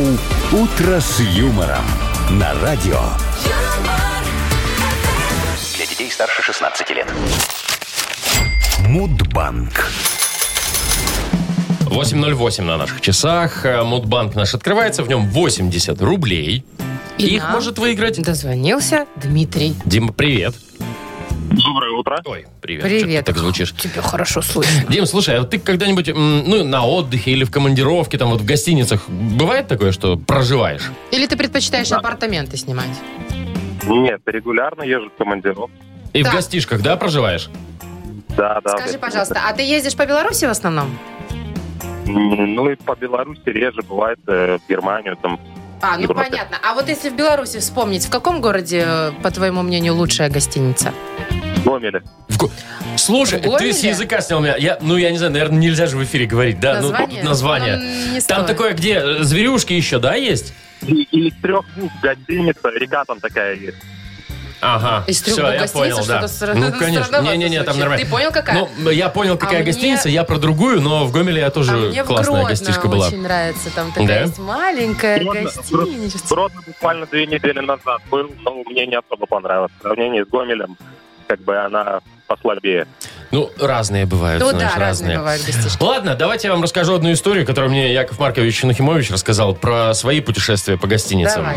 Speaker 1: «Утро с юмором» на радио.
Speaker 4: Для детей старше 16 лет.
Speaker 1: Мудбанк.
Speaker 2: 8.08 на наших часах. Э, Мудбанк наш открывается, в нем 80 рублей.
Speaker 3: И
Speaker 2: Их
Speaker 3: нам
Speaker 2: может выиграть...
Speaker 3: Дозвонился Дмитрий.
Speaker 2: Дима, привет.
Speaker 6: Доброе утро.
Speaker 2: Ой, привет. Чё ты
Speaker 3: Привет.
Speaker 2: так звучишь.
Speaker 3: Тебе хорошо слышно.
Speaker 2: Дим, слушай, а вот ты когда-нибудь, м, ну, на отдыхе или в командировке, там вот в гостиницах, бывает такое, что проживаешь?
Speaker 3: Или ты предпочитаешь апартаменты снимать?
Speaker 6: Нет, регулярно езжу в командировку.
Speaker 2: И в
Speaker 3: Да.
Speaker 2: гостишках, да, проживаешь?
Speaker 6: Да, да.
Speaker 3: Скажи, пожалуйста, а ты ездишь по Беларуси в основном?
Speaker 6: М, Ну и по Беларуси реже бывает э, в Германию там.
Speaker 3: А, ну
Speaker 6: Европе.
Speaker 3: понятно. А вот если в Беларуси вспомнить, в каком городе, э, по твоему мнению, лучшая гостиница?
Speaker 6: в Гомеле.
Speaker 2: В го- Слушай,
Speaker 3: В Гомеле?
Speaker 2: ты с языка снял меня. Я, ну, я не знаю, наверное, нельзя же в эфире говорить, да?
Speaker 3: Название?
Speaker 2: Ну, название.
Speaker 3: Ну, не
Speaker 2: Там
Speaker 3: стоит.
Speaker 2: такое, где э, зверюшки еще, да, есть?
Speaker 6: И, и из трех букв гостиница, река там такая есть.
Speaker 2: Ага,
Speaker 3: Из трех
Speaker 2: все,
Speaker 3: букв
Speaker 2: я
Speaker 3: гостиница
Speaker 2: понял, да.
Speaker 3: что-то сра-
Speaker 2: ну, конечно,
Speaker 3: странновато
Speaker 2: не-не-не, там
Speaker 3: звучит.
Speaker 2: нормально.
Speaker 3: Ты понял, какая? А,
Speaker 2: Ну, я понял, какая
Speaker 3: мне-
Speaker 2: гостиница, я про другую, но в Гомеле я тоже
Speaker 3: а мне в
Speaker 2: классная
Speaker 3: Гродно
Speaker 2: гостишка
Speaker 3: очень
Speaker 2: была.
Speaker 3: нравится. Там такая
Speaker 2: Да?
Speaker 3: есть маленькая
Speaker 6: Гродно,
Speaker 3: гостиница.
Speaker 6: Гродно буквально две недели назад был, но мне не особо понравилось. В сравнении с Гомелем, как бы она послабее.
Speaker 2: Ну, разные бывают,
Speaker 3: Ну
Speaker 2: знаешь,
Speaker 3: да, разные бывают гостишки.
Speaker 2: Ладно, давайте я вам расскажу одну историю, которую мне Яков Маркович Нахимович рассказал про свои путешествия по гостиницам.
Speaker 3: Давай.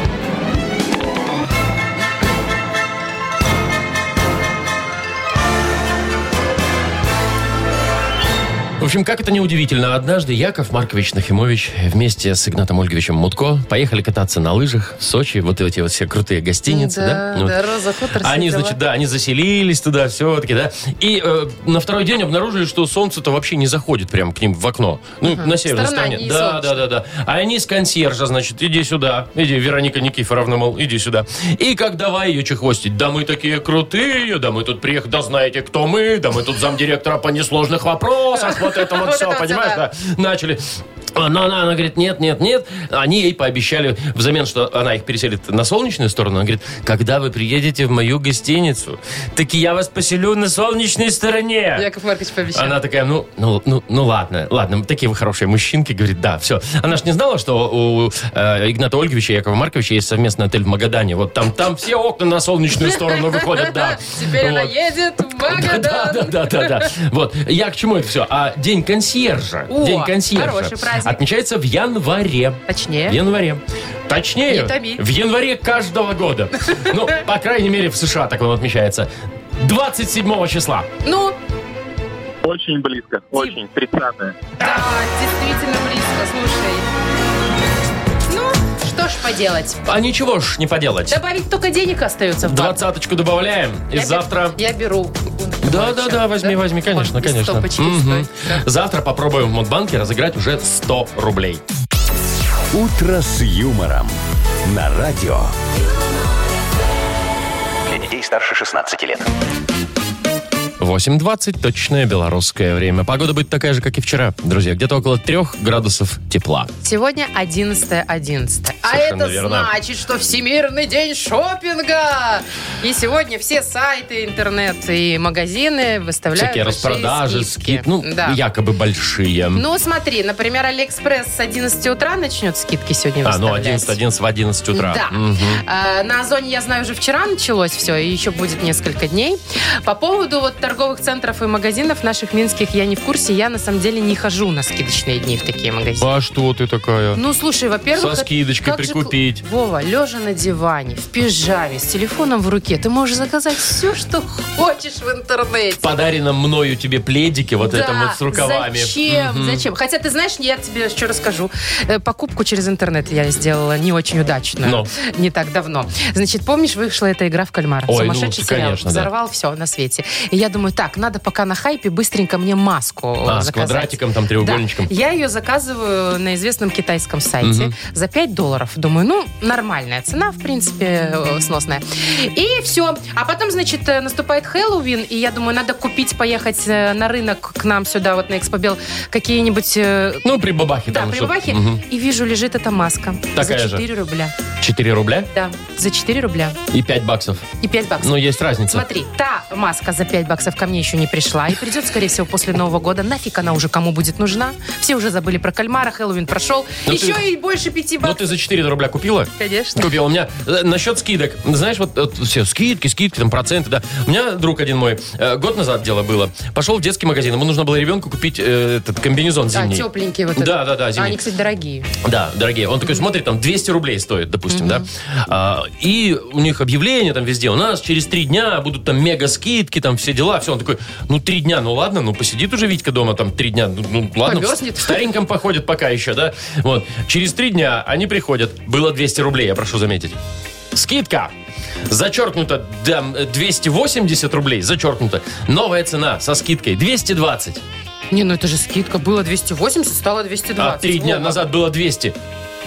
Speaker 2: В общем, как это неудивительно, однажды Яков Маркович Нахимович вместе с Игнатом Ольговичем Мутко поехали кататься на лыжах в Сочи, вот эти вот все крутые гостиницы, да?
Speaker 3: да,
Speaker 2: Ну,
Speaker 3: да, Роза Хутор
Speaker 2: Они,
Speaker 3: сидела.
Speaker 2: значит, да, они заселились туда все-таки, да. И э, на второй день обнаружили, что солнце-то вообще не заходит прям к ним в окно. Ну, на северной
Speaker 3: Сторона
Speaker 2: стороне.
Speaker 3: не
Speaker 2: Да,
Speaker 3: солнечная.
Speaker 2: да, да, да. А они с консьержа, значит, иди сюда. Иди, Вероника Никифоровна, мол, иди сюда. И как давай ее чехвостить. Да мы такие крутые, да мы тут приехали, да знаете, кто мы, да мы тут замдиректора по несложных вопросах. Вот это вот
Speaker 3: Вот
Speaker 2: все,
Speaker 3: это вот всё,
Speaker 2: понимаешь,
Speaker 3: да.
Speaker 2: да. Начали. Но она, она говорит, нет, нет, нет. Они ей пообещали взамен, что она их переселит на солнечную сторону. Она говорит, когда вы приедете в мою гостиницу, таки я вас поселю на солнечной стороне.
Speaker 3: Яков Маркович пообещал.
Speaker 2: Она такая, ну, ну, ну, ну ладно, ладно, такие вы хорошие мужчинки, говорит, да, все. Она ж не знала, что у э, Игната Ольговича и Якова Марковича есть совместный отель в Магадане. Вот там, там все окна на солнечную сторону выходят, да.
Speaker 3: [laughs] Теперь она
Speaker 2: Вот.
Speaker 3: едет в Магадан.
Speaker 2: Да, да, да, да, да. Вот. Я к чему это все? А день консьержа.
Speaker 3: О,
Speaker 2: день консьержа.
Speaker 3: хороший праздник.
Speaker 2: Отмечается в январе. В
Speaker 3: Точнее.
Speaker 2: январе. Точнее,
Speaker 3: Не томи.
Speaker 2: в январе каждого года. Ну, по крайней мере, в США так он отмечается. 27 числа.
Speaker 3: Ну,
Speaker 6: Очень близко, очень, 30
Speaker 3: да, а, действительно близко, слушай. Ну, что ж поделать.
Speaker 2: А ничего ж не поделать.
Speaker 3: Добавить только денег остается в банк.
Speaker 2: Двадцаточку добавляем. И
Speaker 3: Я бе-
Speaker 2: завтра...
Speaker 3: Я беру.
Speaker 2: Да, да, да, возьми, возьми, конечно,
Speaker 3: Он без
Speaker 2: конечно.
Speaker 3: стопочки
Speaker 2: Мгм.
Speaker 3: стоит,
Speaker 2: Завтра попробуем в Модбанке разыграть уже 100 рублей.
Speaker 1: «Утро с юмором» на радио.
Speaker 4: Для детей старше 16 лет.
Speaker 2: 8.20, точное белорусское время. Погода будет такая же, как и вчера, друзья. Где-то около 3 градусов тепла.
Speaker 3: Сегодня 11 11 А
Speaker 2: Совершенно
Speaker 3: это
Speaker 2: верно.
Speaker 3: значит, что Всемирный день шопинга. И сегодня все сайты, интернет и магазины выставляют
Speaker 2: Всякие
Speaker 3: большие
Speaker 2: распродажи,
Speaker 3: скидки.
Speaker 2: скидки, ну,
Speaker 3: да.
Speaker 2: якобы большие. А,
Speaker 3: Ну, смотри, например, Алиэкспресс с 11 утра начнет скидки сегодня
Speaker 2: а, ну,
Speaker 3: выставлять.
Speaker 2: 11, 11 в 11 утра.
Speaker 3: Да.
Speaker 2: Мгм.
Speaker 3: А, на Озоне, я знаю, уже вчера началось все, и еще будет несколько дней. По поводу вот торговых центров и магазинов наших минских я не в курсе. Я, на самом деле, не хожу на скидочные дни в такие магазины.
Speaker 2: А что ты такая?
Speaker 3: Ну, слушай, во-первых...
Speaker 2: Со скидочкой
Speaker 3: как же
Speaker 2: прикупить.
Speaker 3: кл- Вова, лежа на диване, в пижаме, с телефоном в руке, ты можешь заказать все, что хочешь в интернете.
Speaker 2: В подаренном мною тебе пледике вот
Speaker 3: Да,
Speaker 2: этом вот с рукавами.
Speaker 3: Зачем?
Speaker 2: Мгм.
Speaker 3: Зачем? Хотя, ты знаешь, я тебе еще расскажу. Э, Покупку через интернет я сделала не очень удачно.
Speaker 2: Но.
Speaker 3: Не так давно. Значит, помнишь, вышла эта игра в кальмара?
Speaker 2: Ой, ну,
Speaker 3: Сумасшедший сериал.
Speaker 2: конечно, да.
Speaker 3: Взорвал все на свете. И я думаю, так, надо пока на хайпе быстренько мне маску э,
Speaker 2: А, с
Speaker 3: заказать.
Speaker 2: квадратиком, там, треугольничком.
Speaker 3: Да. Я ее заказываю на известном китайском сайте за 5 долларов. Думаю, ну, нормальная цена, в принципе, э, сносная. И все. А потом, значит, э, наступает Хэллоуин, и я думаю, надо купить, поехать э, на рынок к нам сюда, вот на Экспобел, какие-нибудь... э,
Speaker 2: Ну, при бабахе
Speaker 3: Да,
Speaker 2: там. чтоб-
Speaker 3: прибахи.
Speaker 2: Мгм.
Speaker 3: И вижу, лежит эта маска.
Speaker 2: Такая
Speaker 3: за
Speaker 2: же.
Speaker 3: 4 рубля.
Speaker 2: 4 рубля
Speaker 3: Да, за 4 рубля.
Speaker 2: и 5 баксов.
Speaker 3: И 5 баксов.
Speaker 2: Ну, есть разница.
Speaker 3: Смотри, та маска за 5 баксов ко мне еще не пришла и придет, скорее всего, после Нового года. Нафиг она уже кому будет нужна? Все уже забыли про кальмара, Хэллоуин прошел.
Speaker 2: Ну
Speaker 3: еще
Speaker 2: ты-
Speaker 3: и больше 5
Speaker 2: Ну,
Speaker 3: баксов.
Speaker 2: ты за 4 рубля купила?
Speaker 3: Конечно.
Speaker 2: Купил. У меня э, насчет скидок. Знаешь, вот, вот все скидки, скидки, там проценты, да. У меня друг один мой, э, год назад дело было, пошел в детский магазин. Ему нужно было ребенку купить э, этот комбинезон
Speaker 3: Да,
Speaker 2: зимний.
Speaker 3: тепленькие А, вот
Speaker 2: Да,
Speaker 3: этот.
Speaker 2: да, да,
Speaker 3: А
Speaker 2: зимний.
Speaker 3: Они, кстати, дорогие.
Speaker 2: Да, дорогие. Он такой смотрит, там 200 рублей стоит, допустим, да. А, и у них объявление там везде. У нас через три дня будут там мега скидки, там все дела. Все, он такой, ну три дня, ну ладно, ну посидит уже Витька дома там три дня. Ну, ну, ладно, в-
Speaker 3: Помёрзнет.
Speaker 2: в стареньком походит пока еще, да. Вот. Через три дня они приходят. Было 200 рублей, я прошу заметить. Скидка! Зачеркнуто да, 280 рублей, зачеркнуто. Новая цена со скидкой 220.
Speaker 3: Не, ну это же скидка. Было 280, стало 220.
Speaker 2: А три дня
Speaker 3: Во.
Speaker 2: назад было 200.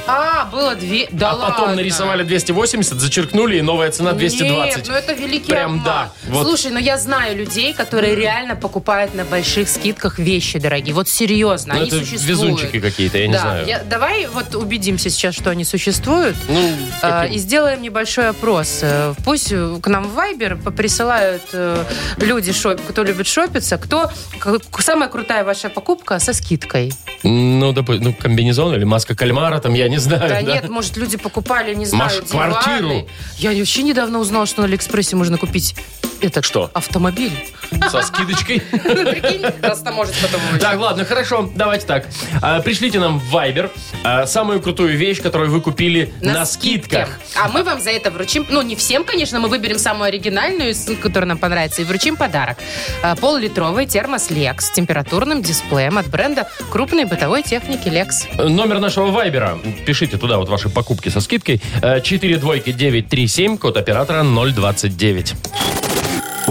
Speaker 3: А, было 2... Да
Speaker 2: а потом
Speaker 3: ладно.
Speaker 2: нарисовали 280, зачеркнули, и новая цена 220.
Speaker 3: Нет, ну это великий
Speaker 2: Прям
Speaker 3: обман.
Speaker 2: да. Вот.
Speaker 3: Слушай, ну я знаю людей, которые реально покупают на больших скидках вещи дорогие. Вот серьезно,
Speaker 2: Ну,
Speaker 3: они
Speaker 2: это
Speaker 3: существуют.
Speaker 2: везунчики какие-то, я не
Speaker 3: да.
Speaker 2: знаю.
Speaker 3: я- давай вот убедимся сейчас, что они существуют.
Speaker 2: Ну,
Speaker 3: а,
Speaker 2: каким?
Speaker 3: и сделаем небольшой опрос. Э, Пусть э, к нам в Viber присылают э, люди, шоп- кто любит шопиться, кто к- к- самая крутая ваша покупка со скидкой.
Speaker 2: ну, допу- ну, комбинезон или маска кальмара, там, я не знаю. да.
Speaker 3: Да нет, может, люди покупали, не знаю,
Speaker 2: Маш,
Speaker 3: диваны.
Speaker 2: квартиру.
Speaker 3: Я вообще недавно узнала, что на Алиэкспрессе можно купить этот
Speaker 2: Что?
Speaker 3: автомобиль.
Speaker 2: [laughs] Со скидочкой.
Speaker 3: Ну, [laughs] прикинь, просто может потом
Speaker 2: Так, ладно, хорошо, давайте так. А, Пришлите нам в Viber а, самую крутую вещь, которую вы купили на скидках.
Speaker 3: А мы вам за это вручим, ну не всем, конечно, мы выберем самую оригинальную, с- которая нам понравится, и вручим подарок. А, Пол-литровый термос Lex с температурным дисплеем от бренда крупной бытовой техники Lex.
Speaker 2: Номер нашего Вайбера. Пишите туда вот ваши покупки со скидкой. 4 двойки 937, код оператора 029.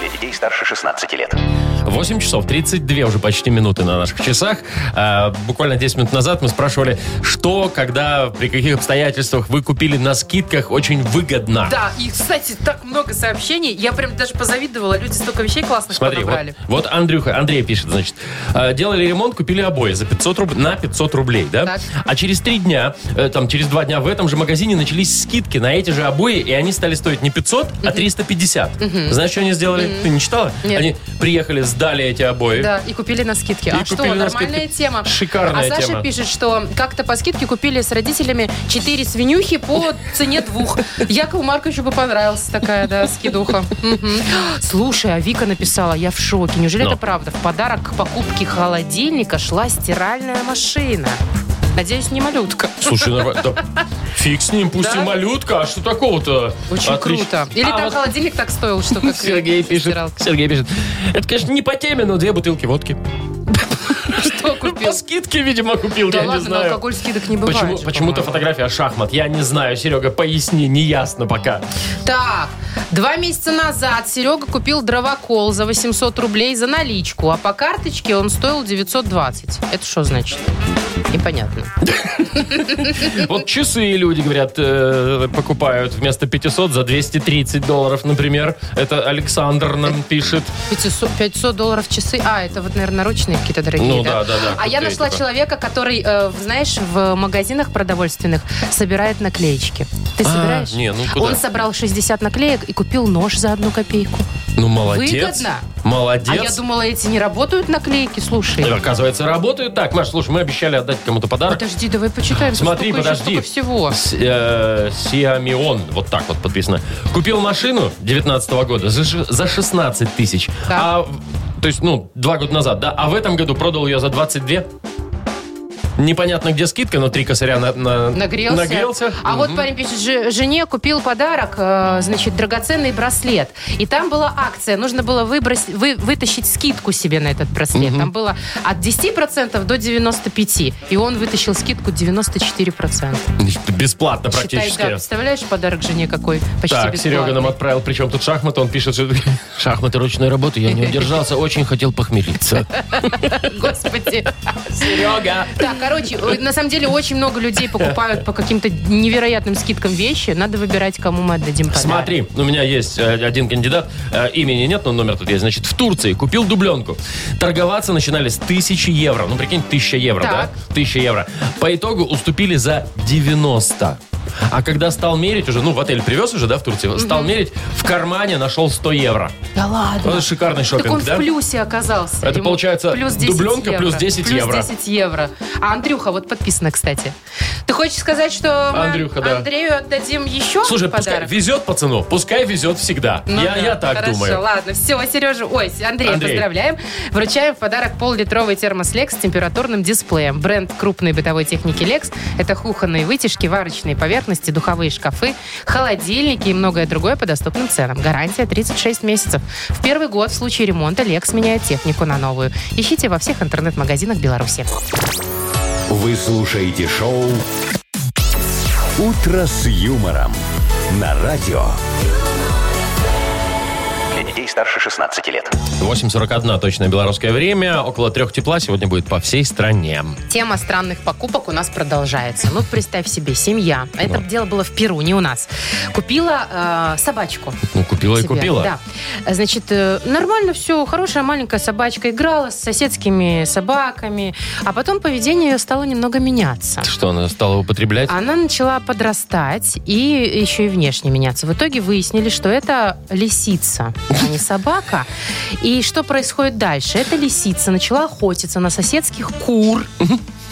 Speaker 4: Для детей старше 16 лет.
Speaker 2: 8 часов 32 уже почти минуты на наших часах. А, буквально 10 минут назад мы спрашивали, что, когда, при каких обстоятельствах вы купили на скидках очень выгодно.
Speaker 3: Да, и, кстати, так много сообщений, я прям даже позавидовала, люди столько вещей классных
Speaker 2: Смотри, вот,
Speaker 3: подобрали.
Speaker 2: вот Андрюха, Андрей пишет, значит, э, делали ремонт, купили обои за 500 руб... на 500 рублей, да?
Speaker 3: Так.
Speaker 2: А через три дня, э, там, через два дня в этом же магазине начались скидки на эти же обои, и они стали стоить не 500, а 350. Знаешь, что они сделали? Ты не читала?
Speaker 3: Нет.
Speaker 2: Они приехали, сдали эти обои.
Speaker 3: Да, и купили на скидке.
Speaker 2: И
Speaker 3: а что,
Speaker 2: купили на
Speaker 3: нормальная
Speaker 2: скидке.
Speaker 3: тема.
Speaker 2: Шикарная
Speaker 3: А Саша
Speaker 2: тема.
Speaker 3: пишет, что как-то по скидке купили с родителями 4 свинюхи по цене двух. Якову Марковичу бы понравилась такая, да, скидуха. Мгм. Слушай, а Вика написала, я в шоке. Неужели
Speaker 2: Ну.
Speaker 3: это правда? В подарок к покупке холодильника шла стиральная машина. Надеюсь, не малютка.
Speaker 2: Слушай, нормально. Да фиг с ним, пусть
Speaker 3: Да?
Speaker 2: и малютка, а что такого-то?
Speaker 3: Очень
Speaker 2: Отлично.
Speaker 3: круто. Или
Speaker 2: А
Speaker 3: там
Speaker 2: вот
Speaker 3: холодильник так стоил, что как
Speaker 2: Сергей пишет,
Speaker 3: стиралка.
Speaker 2: Сергей пишет. Это, конечно, не по теме, но две бутылки водки.
Speaker 3: Что
Speaker 2: По
Speaker 3: купил?
Speaker 2: скидке, видимо, купил, [laughs]
Speaker 3: Да
Speaker 2: я не
Speaker 3: ладно, на
Speaker 2: знаю.
Speaker 3: алкоголь скидок не бывает.
Speaker 2: Почему,
Speaker 3: же,
Speaker 2: почему-то
Speaker 3: по-моему.
Speaker 2: фотография шахмат. Я не знаю, Серега, поясни, не ясно пока.
Speaker 3: Так, два месяца назад Серега купил дровокол за 800 рублей за наличку, а по карточке он стоил 920. Это что значит? Непонятно.
Speaker 2: Вот часы люди, говорят, э, покупают вместо 500 за 230 долларов, например. Это Александр
Speaker 3: Э,
Speaker 2: нам пишет.
Speaker 3: 500, 500 долларов часы. А, это вот, наверное, наручные какие-то дорогие.
Speaker 2: Ну да, да, да.
Speaker 3: А я
Speaker 2: крутые
Speaker 3: нашла
Speaker 2: типа.
Speaker 3: человека, который, э, в- знаешь, в магазинах продовольственных собирает наклеечки. Ты
Speaker 2: А,
Speaker 3: собираешь?
Speaker 2: не, ну куда?
Speaker 3: Он собрал 60 наклеек и купил нож за одну копейку.
Speaker 2: Ну, молодец.
Speaker 3: Выгодно.
Speaker 2: Молодец.
Speaker 3: А я думала, эти не работают наклейки, слушай.
Speaker 2: Э, Оказывается, работают так. Маш, слушай, мы обещали отдать кому-то подарок.
Speaker 3: Подожди, давай почитаем.
Speaker 2: Смотри,
Speaker 3: сколько еще,
Speaker 2: подожди.
Speaker 3: сколько всего.
Speaker 2: С- э, Сиамион, вот так вот подписано. Купил машину 19 года за, ш- за 16 тысяч.
Speaker 3: Так.
Speaker 2: А, в- то есть, ну, два года назад, да? А в этом году продал ее за 22. Непонятно, где скидка, но три косаря на, на-
Speaker 3: Нагрелся.
Speaker 2: нагрелся.
Speaker 3: А
Speaker 2: Мгм.
Speaker 3: вот парень пишет, «Же- жене купил подарок, э, значит, драгоценный браслет. И там была акция, нужно было выбрось- вы- вытащить скидку себе на этот браслет. Там было от 10% до 95%. И он вытащил скидку 94%.
Speaker 2: Бесплатно
Speaker 3: Считай,
Speaker 2: практически.
Speaker 3: да, представляешь, подарок жене какой? Почти
Speaker 2: так, Серега нам
Speaker 3: бесплатный.
Speaker 2: отправил, причем тут шахматы, он пишет, что [laughs] шахматы ручной работы, я не удержался, очень хотел
Speaker 3: [laughs]
Speaker 2: похмелиться.
Speaker 3: Господи.
Speaker 2: Серега!
Speaker 3: Так, короче, э, на самом деле очень много людей покупают по каким-то невероятным скидкам вещи. Надо выбирать, кому мы отдадим подарок.
Speaker 2: Смотри, у меня есть э, один кандидат, э, имени нет, но номер тут есть. Значит, в Турции купил дубленку. Торговаться начинали с тысячи евро. Ну, прикинь, тысяча евро,
Speaker 3: Так.
Speaker 2: да? Тысяча евро. По итогу уступили за 90. А когда стал мерить уже, ну, в отель привез уже, да, в Турцию, стал мерить, в кармане нашел 100 евро.
Speaker 3: Да ладно.
Speaker 2: Это шикарный
Speaker 3: Так он
Speaker 2: шопинг, да?
Speaker 3: в плюсе оказался.
Speaker 2: Это получается дубленка плюс 10 евро.
Speaker 3: Плюс 10 евро. А Андрюха вот подписано, кстати. Ты хочешь сказать, что мы
Speaker 2: Андрюха, да.
Speaker 3: Андрею отдадим еще
Speaker 2: Слушай, пускай
Speaker 3: подарок?
Speaker 2: везет пацану, пускай везет всегда.
Speaker 3: Ну
Speaker 2: я,
Speaker 3: да,
Speaker 2: я так
Speaker 3: хорошо,
Speaker 2: думаю.
Speaker 3: ладно. Все, Сережа, ой, Андрей,
Speaker 2: Андрей.
Speaker 3: поздравляем. Вручаем в подарок пол-литровый термос Lex с температурным дисплеем. Бренд крупной бытовой техники Lex – это кухонные вытяжки, варочные поверхности, духовые шкафы, холодильники и многое другое по доступным ценам. Гарантия 36 месяцев. В первый год в случае ремонта Lex меняет технику на новую. Ищите во всех интернет-магазинах Беларуси.
Speaker 1: Вы слушаете шоу «Утро с юмором» на радио.
Speaker 4: Для детей старше 16 лет.
Speaker 2: 8.41 точное белорусское время. Около трех тепла сегодня будет по всей стране.
Speaker 3: Тема странных покупок у нас продолжается. Ну, представь себе, семья. Это дело было в Перу, не у нас. Купила э, собачку.
Speaker 2: Ну, купила и
Speaker 3: себе.
Speaker 2: купила.
Speaker 3: Да. Значит, э, нормально все, хорошая маленькая собачка играла с соседскими собаками, а потом поведение ее стало немного меняться.
Speaker 2: А Что, она стала употреблять?
Speaker 3: Она начала подрастать и еще и внешне меняться. В итоге выяснили, что это лисица, а не собака. И что происходит дальше? Эта лисица начала охотиться на соседских кур,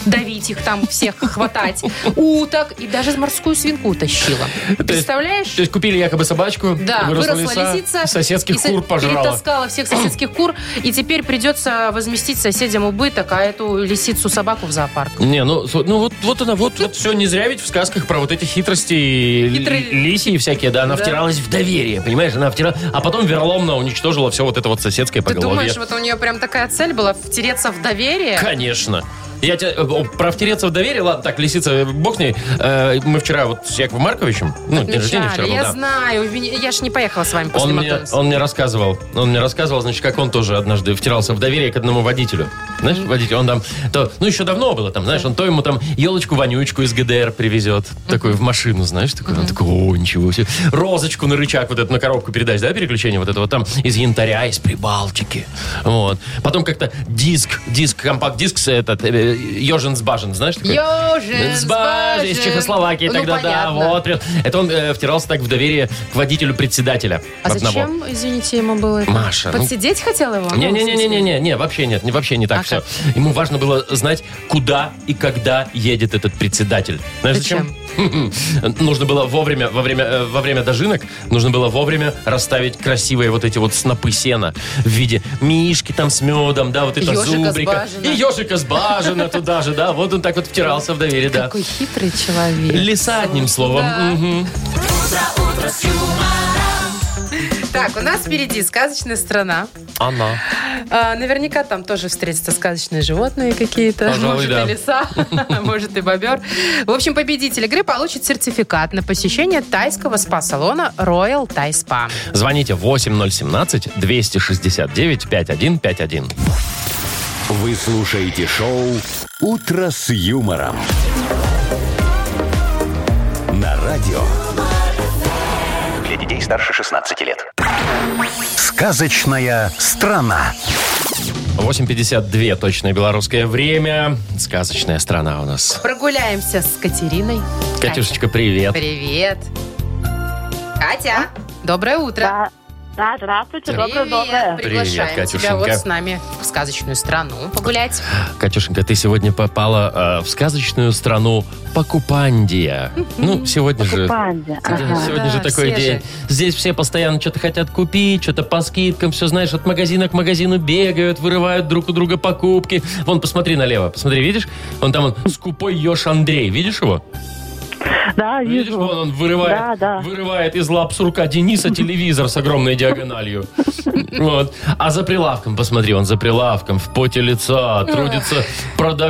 Speaker 3: давить их там всех, хватать, уток и даже морскую свинку утащила. Представляешь?
Speaker 2: То есть купили якобы собачку,
Speaker 3: Да,
Speaker 2: выросла,
Speaker 3: выросла,
Speaker 2: лиса,
Speaker 3: лисица.
Speaker 2: соседских
Speaker 3: и со-
Speaker 2: кур пожрала.
Speaker 3: Перетаскала всех соседских кур, и теперь придется возместить соседям убыток, а эту лисицу-собаку в зоопарк.
Speaker 2: Не, ну, сл- ну вот, вот она, вот, вот все не зря ведь в сказках про вот эти хитрости и
Speaker 3: Хитрые.
Speaker 2: л- лисии всякие, да, она втиралась в доверие, понимаешь, она втирала, а потом вероломно уничтожила все вот это вот соседское
Speaker 3: Ты
Speaker 2: поголовье.
Speaker 3: думаешь, вот у нее прям такая цель была втереться в доверие?
Speaker 2: Конечно. Я тебя э, о, про втереться в доверие, ладно, так, лисица, э, бог с ней. Э, Мы вчера вот с Яковом Марковичем, ну, день рождения вчера
Speaker 3: Отмечали.
Speaker 2: был,
Speaker 3: Я
Speaker 2: да.
Speaker 3: знаю, меня- я ж не поехала с вами после
Speaker 2: Он мне,
Speaker 3: Макдональдса.
Speaker 2: он мне рассказывал, он мне рассказывал, значит, как он тоже однажды втирался в доверие к одному водителю. Знаешь, водитель, он там, то, ну, еще давно было там, знаешь, он то ему там елочку-вонючку из ГДР привезет, такой в машину, знаешь, такой, он такой, о, ничего себе, розочку на рычаг, вот эту, на коробку передач, да, переключение вот этого там из янтаря, из Прибалтики, вот. Потом как-то диск, диск, компакт-диск, с этот, Ежинс-Бажен, знаешь, такой?
Speaker 3: Ёжин,
Speaker 2: С Бажи, из
Speaker 3: Бажин.
Speaker 2: Чехословакии
Speaker 3: Ну,
Speaker 2: тогда, да,
Speaker 3: понятно.
Speaker 2: вот. прям. Это он э, втирался так в доверие к водителю председателя
Speaker 3: А
Speaker 2: одного.
Speaker 3: зачем, извините, ему было это?
Speaker 2: Маша, ну-
Speaker 3: Подсидеть хотела его?
Speaker 2: Не-не-не-не-не, не, вообще нет, не, вообще не так
Speaker 3: А
Speaker 2: все.
Speaker 3: как?
Speaker 2: Ему важно было знать, куда и когда едет этот председатель. Знаешь, зачем? Нужно было вовремя, во время, э, во время дожинок, нужно было вовремя расставить красивые вот эти вот снопы сена в виде мишки там с медом, да, вот это
Speaker 3: Ёжика с
Speaker 2: зубрика.
Speaker 3: бажина.
Speaker 2: И ежика с бажина туда же, да, вот он так вот втирался в доверие, да.
Speaker 3: Какой хитрый человек.
Speaker 2: Лиса, одним словом. Мгм.
Speaker 3: Так, у нас впереди сказочная страна.
Speaker 2: Она.
Speaker 3: А, наверняка там тоже встретятся сказочные животные какие-то.
Speaker 2: Пожалуй,
Speaker 3: может,
Speaker 2: да.
Speaker 3: и лиса, [laughs] может, и бобер. В общем, победитель игры получит сертификат на посещение тайского спа-салона Royal Thai Spa.
Speaker 2: Звоните 8017-269-5151.
Speaker 1: Вы слушаете шоу «Утро с юмором» на радио.
Speaker 4: Для детей старше 16 лет.
Speaker 1: «Сказочная страна».
Speaker 2: 8.52 точное белорусское время. Сказочная страна у нас.
Speaker 3: Прогуляемся с Катериной.
Speaker 2: Катюшечка, привет.
Speaker 3: Катя, Привет. Катя, доброе утро.
Speaker 5: Да. Да, здравствуйте, доброе
Speaker 3: Привет,
Speaker 5: доброе.
Speaker 3: приглашаем
Speaker 2: Привет,
Speaker 3: тебя вот
Speaker 2: Катюшенька.
Speaker 3: с нами в сказочную страну
Speaker 2: [laughs]
Speaker 3: погулять.
Speaker 2: Катюшенька, ты сегодня попала э, в сказочную страну Покупандия. Ну, сегодня же...
Speaker 5: Панди.
Speaker 2: Да,
Speaker 5: Ага.
Speaker 2: Сегодня же
Speaker 3: Да,
Speaker 2: такой
Speaker 3: все
Speaker 2: день.
Speaker 3: же.
Speaker 2: Здесь все постоянно что-то хотят купить, что-то по скидкам, все, знаешь, от магазина к магазину бегают, вырывают друг у друга покупки. Вон, посмотри налево, посмотри, видишь? Вон там он, скупой еж Андрей, видишь его?
Speaker 5: Да,
Speaker 2: Ну, Видишь,
Speaker 5: вижу.
Speaker 2: вон он вырывает,
Speaker 5: Да, да.
Speaker 2: вырывает из лап сурка Дениса телевизор с огромной
Speaker 3: [laughs]
Speaker 2: диагональю. Вот. А за прилавком, посмотри, он за прилавком, в поте лица, трудится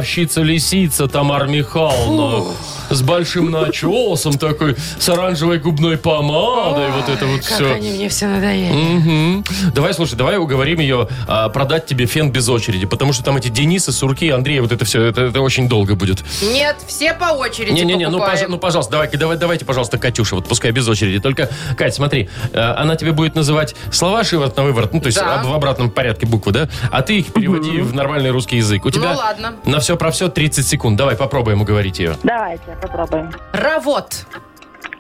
Speaker 2: продавщица-лисица Тамар Михайловна. С большим начесом такой, с оранжевой губной помадой, вот это вот
Speaker 3: Как
Speaker 2: все.
Speaker 3: они мне все надоели.
Speaker 2: Мгм. Давай, слушай, давай уговорим ее а, продать тебе фен без очереди, потому что там эти Денисы, Сурки, Андрей, вот это все, это, это очень долго будет.
Speaker 3: Нет, все по очереди
Speaker 2: Не-не-не, ну, пож-
Speaker 3: покупаем.
Speaker 2: ну, пожалуйста, давай, давай, давайте, пожалуйста, Катюша, вот пускай без очереди. Только, Кать, смотри, э, она тебе будет называть слова шиворот на выворот, ну, то есть
Speaker 3: Да.
Speaker 2: об- в обратном порядке буквы, да? А ты их переводи в нормальный русский язык. У тебя
Speaker 3: Ну ладно.
Speaker 2: на все про все 30 секунд. Давай, попробуем уговорить ее.
Speaker 5: Давайте попробуем.
Speaker 2: ну.
Speaker 3: Равот.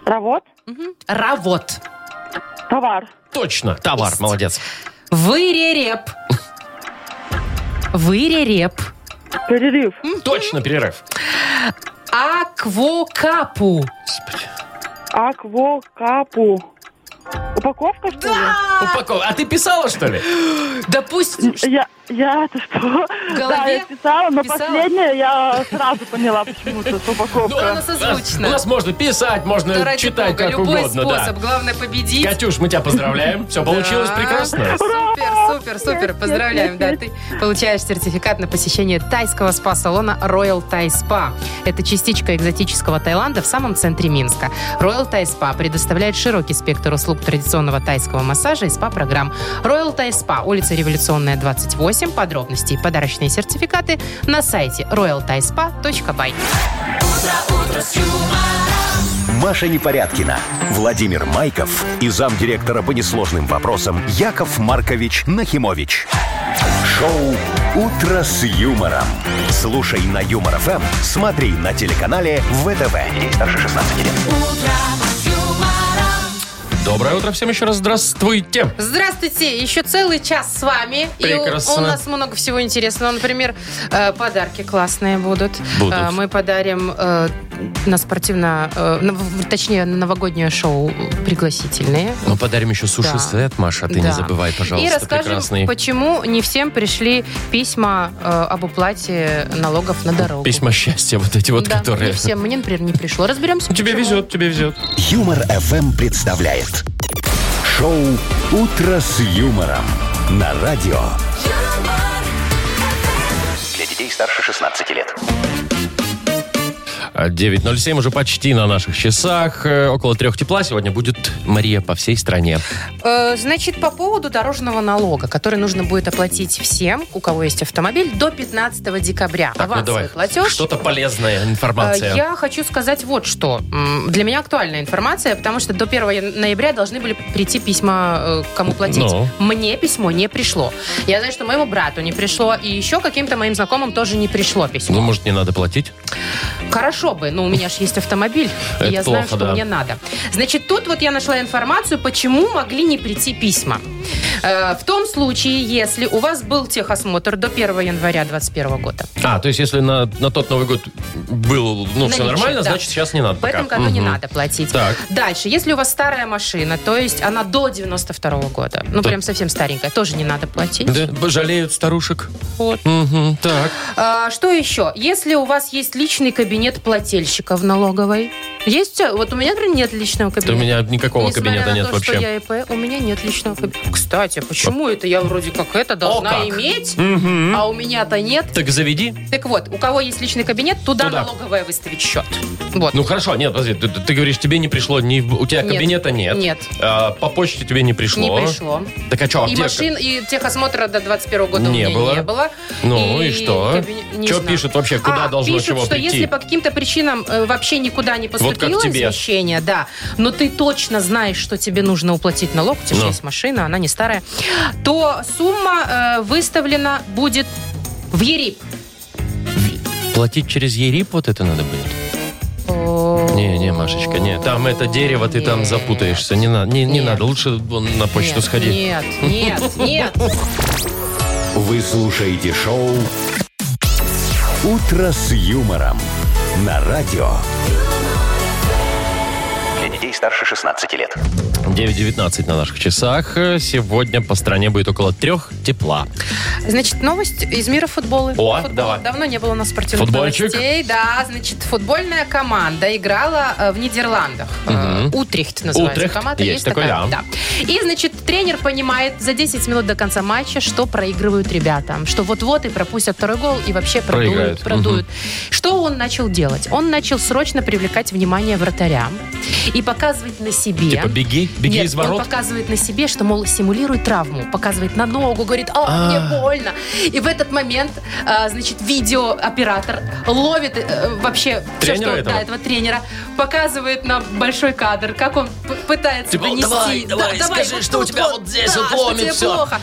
Speaker 5: Работ,
Speaker 3: Равот.
Speaker 5: товар,
Speaker 2: Точно, товар,
Speaker 3: Есть.
Speaker 2: молодец.
Speaker 3: Выререп. Выререп.
Speaker 5: перерыв,
Speaker 2: Точно, перерыв.
Speaker 3: Аквокапу.
Speaker 5: аквокапу. Упаковка, что
Speaker 2: Упаков- А ты писала, что ли?
Speaker 3: Допустим,
Speaker 5: ли? Я, я это что? [laughs] Да, я писала, но
Speaker 3: писала?
Speaker 5: последнее я сразу поняла почему-то, что
Speaker 3: Ну, она
Speaker 5: упаковка.
Speaker 3: созвучна.
Speaker 2: Э, У нас можно писать, можно
Speaker 3: Да ради
Speaker 2: читать
Speaker 3: бога,
Speaker 2: как
Speaker 3: любой
Speaker 2: угодно,
Speaker 3: способ.
Speaker 2: да.
Speaker 3: Главное победить.
Speaker 2: Катюш, мы тебя поздравляем. Все получилось
Speaker 3: Да.
Speaker 2: прекрасно.
Speaker 3: Супер, супер, супер. Поздравляем, да. Ты получаешь сертификат на посещение тайского спа-салона Royal Thai Spa. Это частичка экзотического Таиланда в самом центре Минска. Royal Thai Spa предоставляет широкий спектр услуг традиционного тайского массажа и спа-программ. Royal Thai Spa, улица Революционная, 28. Подробности и подарочные сертификаты на сайте royalthaispa.by.
Speaker 1: Маша Непорядкина, Владимир Майков и замдиректора по несложным вопросам Яков Маркович Нахимович. Шоу «Утро с юмором». Слушай на Юмор ФМ, смотри на телеканале ВТВ. Ей старше 16 лет.
Speaker 2: Доброе утро всем еще раз. Здравствуйте.
Speaker 3: Здравствуйте! Еще целый час с вами.
Speaker 2: Прекрасно.
Speaker 3: И у, у нас много всего интересного. Например, э, подарки классные будут.
Speaker 2: Будут.
Speaker 3: Э, мы подарим э, на спортивно... э, на- в- точнее, на новогоднее шоу пригласительные.
Speaker 2: Мы подарим еще суши-сет, Маша, ты не
Speaker 3: Да.
Speaker 2: забывай, пожалуйста,
Speaker 3: И расскажем,
Speaker 2: прекрасный.
Speaker 3: почему не всем пришли письма э, об уплате налогов на
Speaker 2: [laughs]
Speaker 3: дорогу.
Speaker 2: Письма счастья вот эти вот,
Speaker 3: да, ну,
Speaker 2: которые...
Speaker 3: не всем. Мне, например, не пришло.
Speaker 2: [laughs]
Speaker 3: Разберемся,
Speaker 2: Тебе
Speaker 3: почему.
Speaker 2: везет, тебе везет.
Speaker 1: Юмор ФМ представляет. Шоу «Утро с юмором» на радио.
Speaker 4: Для детей старше 16 лет.
Speaker 2: А 9.07 уже почти на наших часах. Э, Около трех тепла сегодня будет Мария по всей стране.
Speaker 3: Э, Значит, по поводу дорожного налога, который нужно будет оплатить всем, у кого есть автомобиль, до 15 декабря.
Speaker 2: Так, ну давай,
Speaker 3: Авансовый платеж.
Speaker 2: что-то полезная
Speaker 3: Э,
Speaker 2: информация.
Speaker 3: Я хочу сказать вот что. М, Для меня актуальная информация, потому что до 1 ноября должны были прийти письма, э, кому платить.
Speaker 2: Ну.
Speaker 3: Мне письмо не пришло. Я знаю, что моему брату не пришло, и еще каким-то моим знакомым тоже не пришло письмо.
Speaker 2: Ну, может, не надо платить?
Speaker 3: Хорошо бы, но у меня же есть автомобиль,
Speaker 2: Это
Speaker 3: и я
Speaker 2: плохо,
Speaker 3: знаю, что
Speaker 2: да.
Speaker 3: мне надо. Значит, тут вот я нашла информацию, почему могли не прийти письма. Э, в том случае, если у вас был техосмотр до 1 января 2021 года.
Speaker 2: А, то есть, если на, на тот Новый год был, ну, все
Speaker 3: Наличие,
Speaker 2: нормально,
Speaker 3: да.
Speaker 2: значит, сейчас не надо
Speaker 3: В этом
Speaker 2: пока.
Speaker 3: году не
Speaker 2: Мгм.
Speaker 3: надо платить.
Speaker 2: Так.
Speaker 3: Дальше, если у вас старая машина, то есть она до 92 года, ну
Speaker 2: Да.
Speaker 3: прям совсем старенькая, тоже не надо платить.
Speaker 2: Да, жалеют старушек.
Speaker 3: Вот.
Speaker 2: Мгм, так.
Speaker 3: А, что еще? Если у вас есть личный кабинет плательщика в налоговой, есть? э, Вот у меня, например, нет личного
Speaker 2: Да
Speaker 3: кабинета.
Speaker 2: у меня никакого
Speaker 3: Несмотря
Speaker 2: кабинета
Speaker 3: на
Speaker 2: нет
Speaker 3: то,
Speaker 2: вообще.
Speaker 3: Что я ИП, у меня нет личного кабинета. Кстати, почему это я вроде как это должна
Speaker 2: как.
Speaker 3: иметь,
Speaker 2: Мгм.
Speaker 3: а у меня-то нет?
Speaker 2: Так заведи.
Speaker 3: Так вот, у кого есть личный кабинет, туда,
Speaker 2: Туда.
Speaker 3: налоговая выставит счет. Вот.
Speaker 2: Ну хорошо, нет, подожди, ты, ты- ты говоришь, тебе не пришло, ни, в- у тебя
Speaker 3: Нет.
Speaker 2: кабинета нет.
Speaker 3: Нет.
Speaker 2: А, по почте тебе не пришло.
Speaker 3: не пришло.
Speaker 2: Так а что,
Speaker 3: И
Speaker 2: аптека?
Speaker 3: машин, и техосмотра до 21 года
Speaker 2: Не
Speaker 3: у меня
Speaker 2: было.
Speaker 3: не было.
Speaker 2: Ну и что?
Speaker 3: кабинет- не
Speaker 2: Чё
Speaker 3: знаю.
Speaker 2: пишут вообще, куда
Speaker 3: А,
Speaker 2: должно
Speaker 3: пишут,
Speaker 2: чего
Speaker 3: что
Speaker 2: прийти?
Speaker 3: если по каким-то причинам э, вообще никуда не
Speaker 2: как
Speaker 3: поступило
Speaker 2: тебе.
Speaker 3: извещение, да, но ты точно знаешь, что тебе нужно уплатить налог, у тебя же
Speaker 2: Ну.
Speaker 3: есть машина, она не старая, то сумма э, выставлена будет в ЕРИП.
Speaker 2: Платить через ЕРИП вот это надо будет?
Speaker 3: О,
Speaker 2: Не, не, Машечка, не. Там это дерево, ты там
Speaker 3: Нет.
Speaker 2: запутаешься. Не, на- не, не
Speaker 3: Нет.
Speaker 2: надо, лучше вон на почту
Speaker 3: Нет,
Speaker 2: сходи.
Speaker 3: Нет, нет, нет.
Speaker 1: Вы слушаете шоу «Утро с юмором» на радио.
Speaker 4: Для детей старше 16 лет.
Speaker 2: 9.19 на наших часах. Сегодня по стране будет около трех тепла.
Speaker 3: Значит, новость из мира футбола.
Speaker 2: О,
Speaker 3: Футбола.
Speaker 2: давай.
Speaker 3: Давно не было у нас спортивных
Speaker 2: Футбольчик.
Speaker 3: новостей. Да, значит, футбольная команда играла э, в Нидерландах. Э, Утрехт называется
Speaker 2: Утрехт.
Speaker 3: команда.
Speaker 2: Есть такой, да.
Speaker 3: да. И, значит, тренер понимает за 10 минут до конца матча, что проигрывают ребята. Что вот-вот и пропустят второй гол, и вообще
Speaker 2: Проиграют.
Speaker 3: продуют. продуют. Что он начал делать? Он начал срочно привлекать внимание вратаря и показывать на себе.
Speaker 2: Типа беги, беги
Speaker 3: Нет,
Speaker 2: из
Speaker 3: он
Speaker 2: ворот.
Speaker 3: показывает на себе, что, мол, симулирует травму. Показывает на ногу, говорит, а,
Speaker 2: А.
Speaker 3: мне больно. И в этот момент, а, значит, видеооператор ловит э, вообще все,
Speaker 2: Тренера
Speaker 3: что
Speaker 2: этого?
Speaker 3: да, этого тренера, показывает на большой кадр, как он п- пытается
Speaker 2: Типа,
Speaker 3: донести.
Speaker 2: «Давай,
Speaker 3: Да,
Speaker 2: давай, скажи,
Speaker 3: вот
Speaker 2: что
Speaker 3: тут
Speaker 2: у тебя вот здесь
Speaker 3: да,
Speaker 2: вот
Speaker 3: что
Speaker 2: ломит
Speaker 3: тебе
Speaker 2: всё».
Speaker 3: плохо.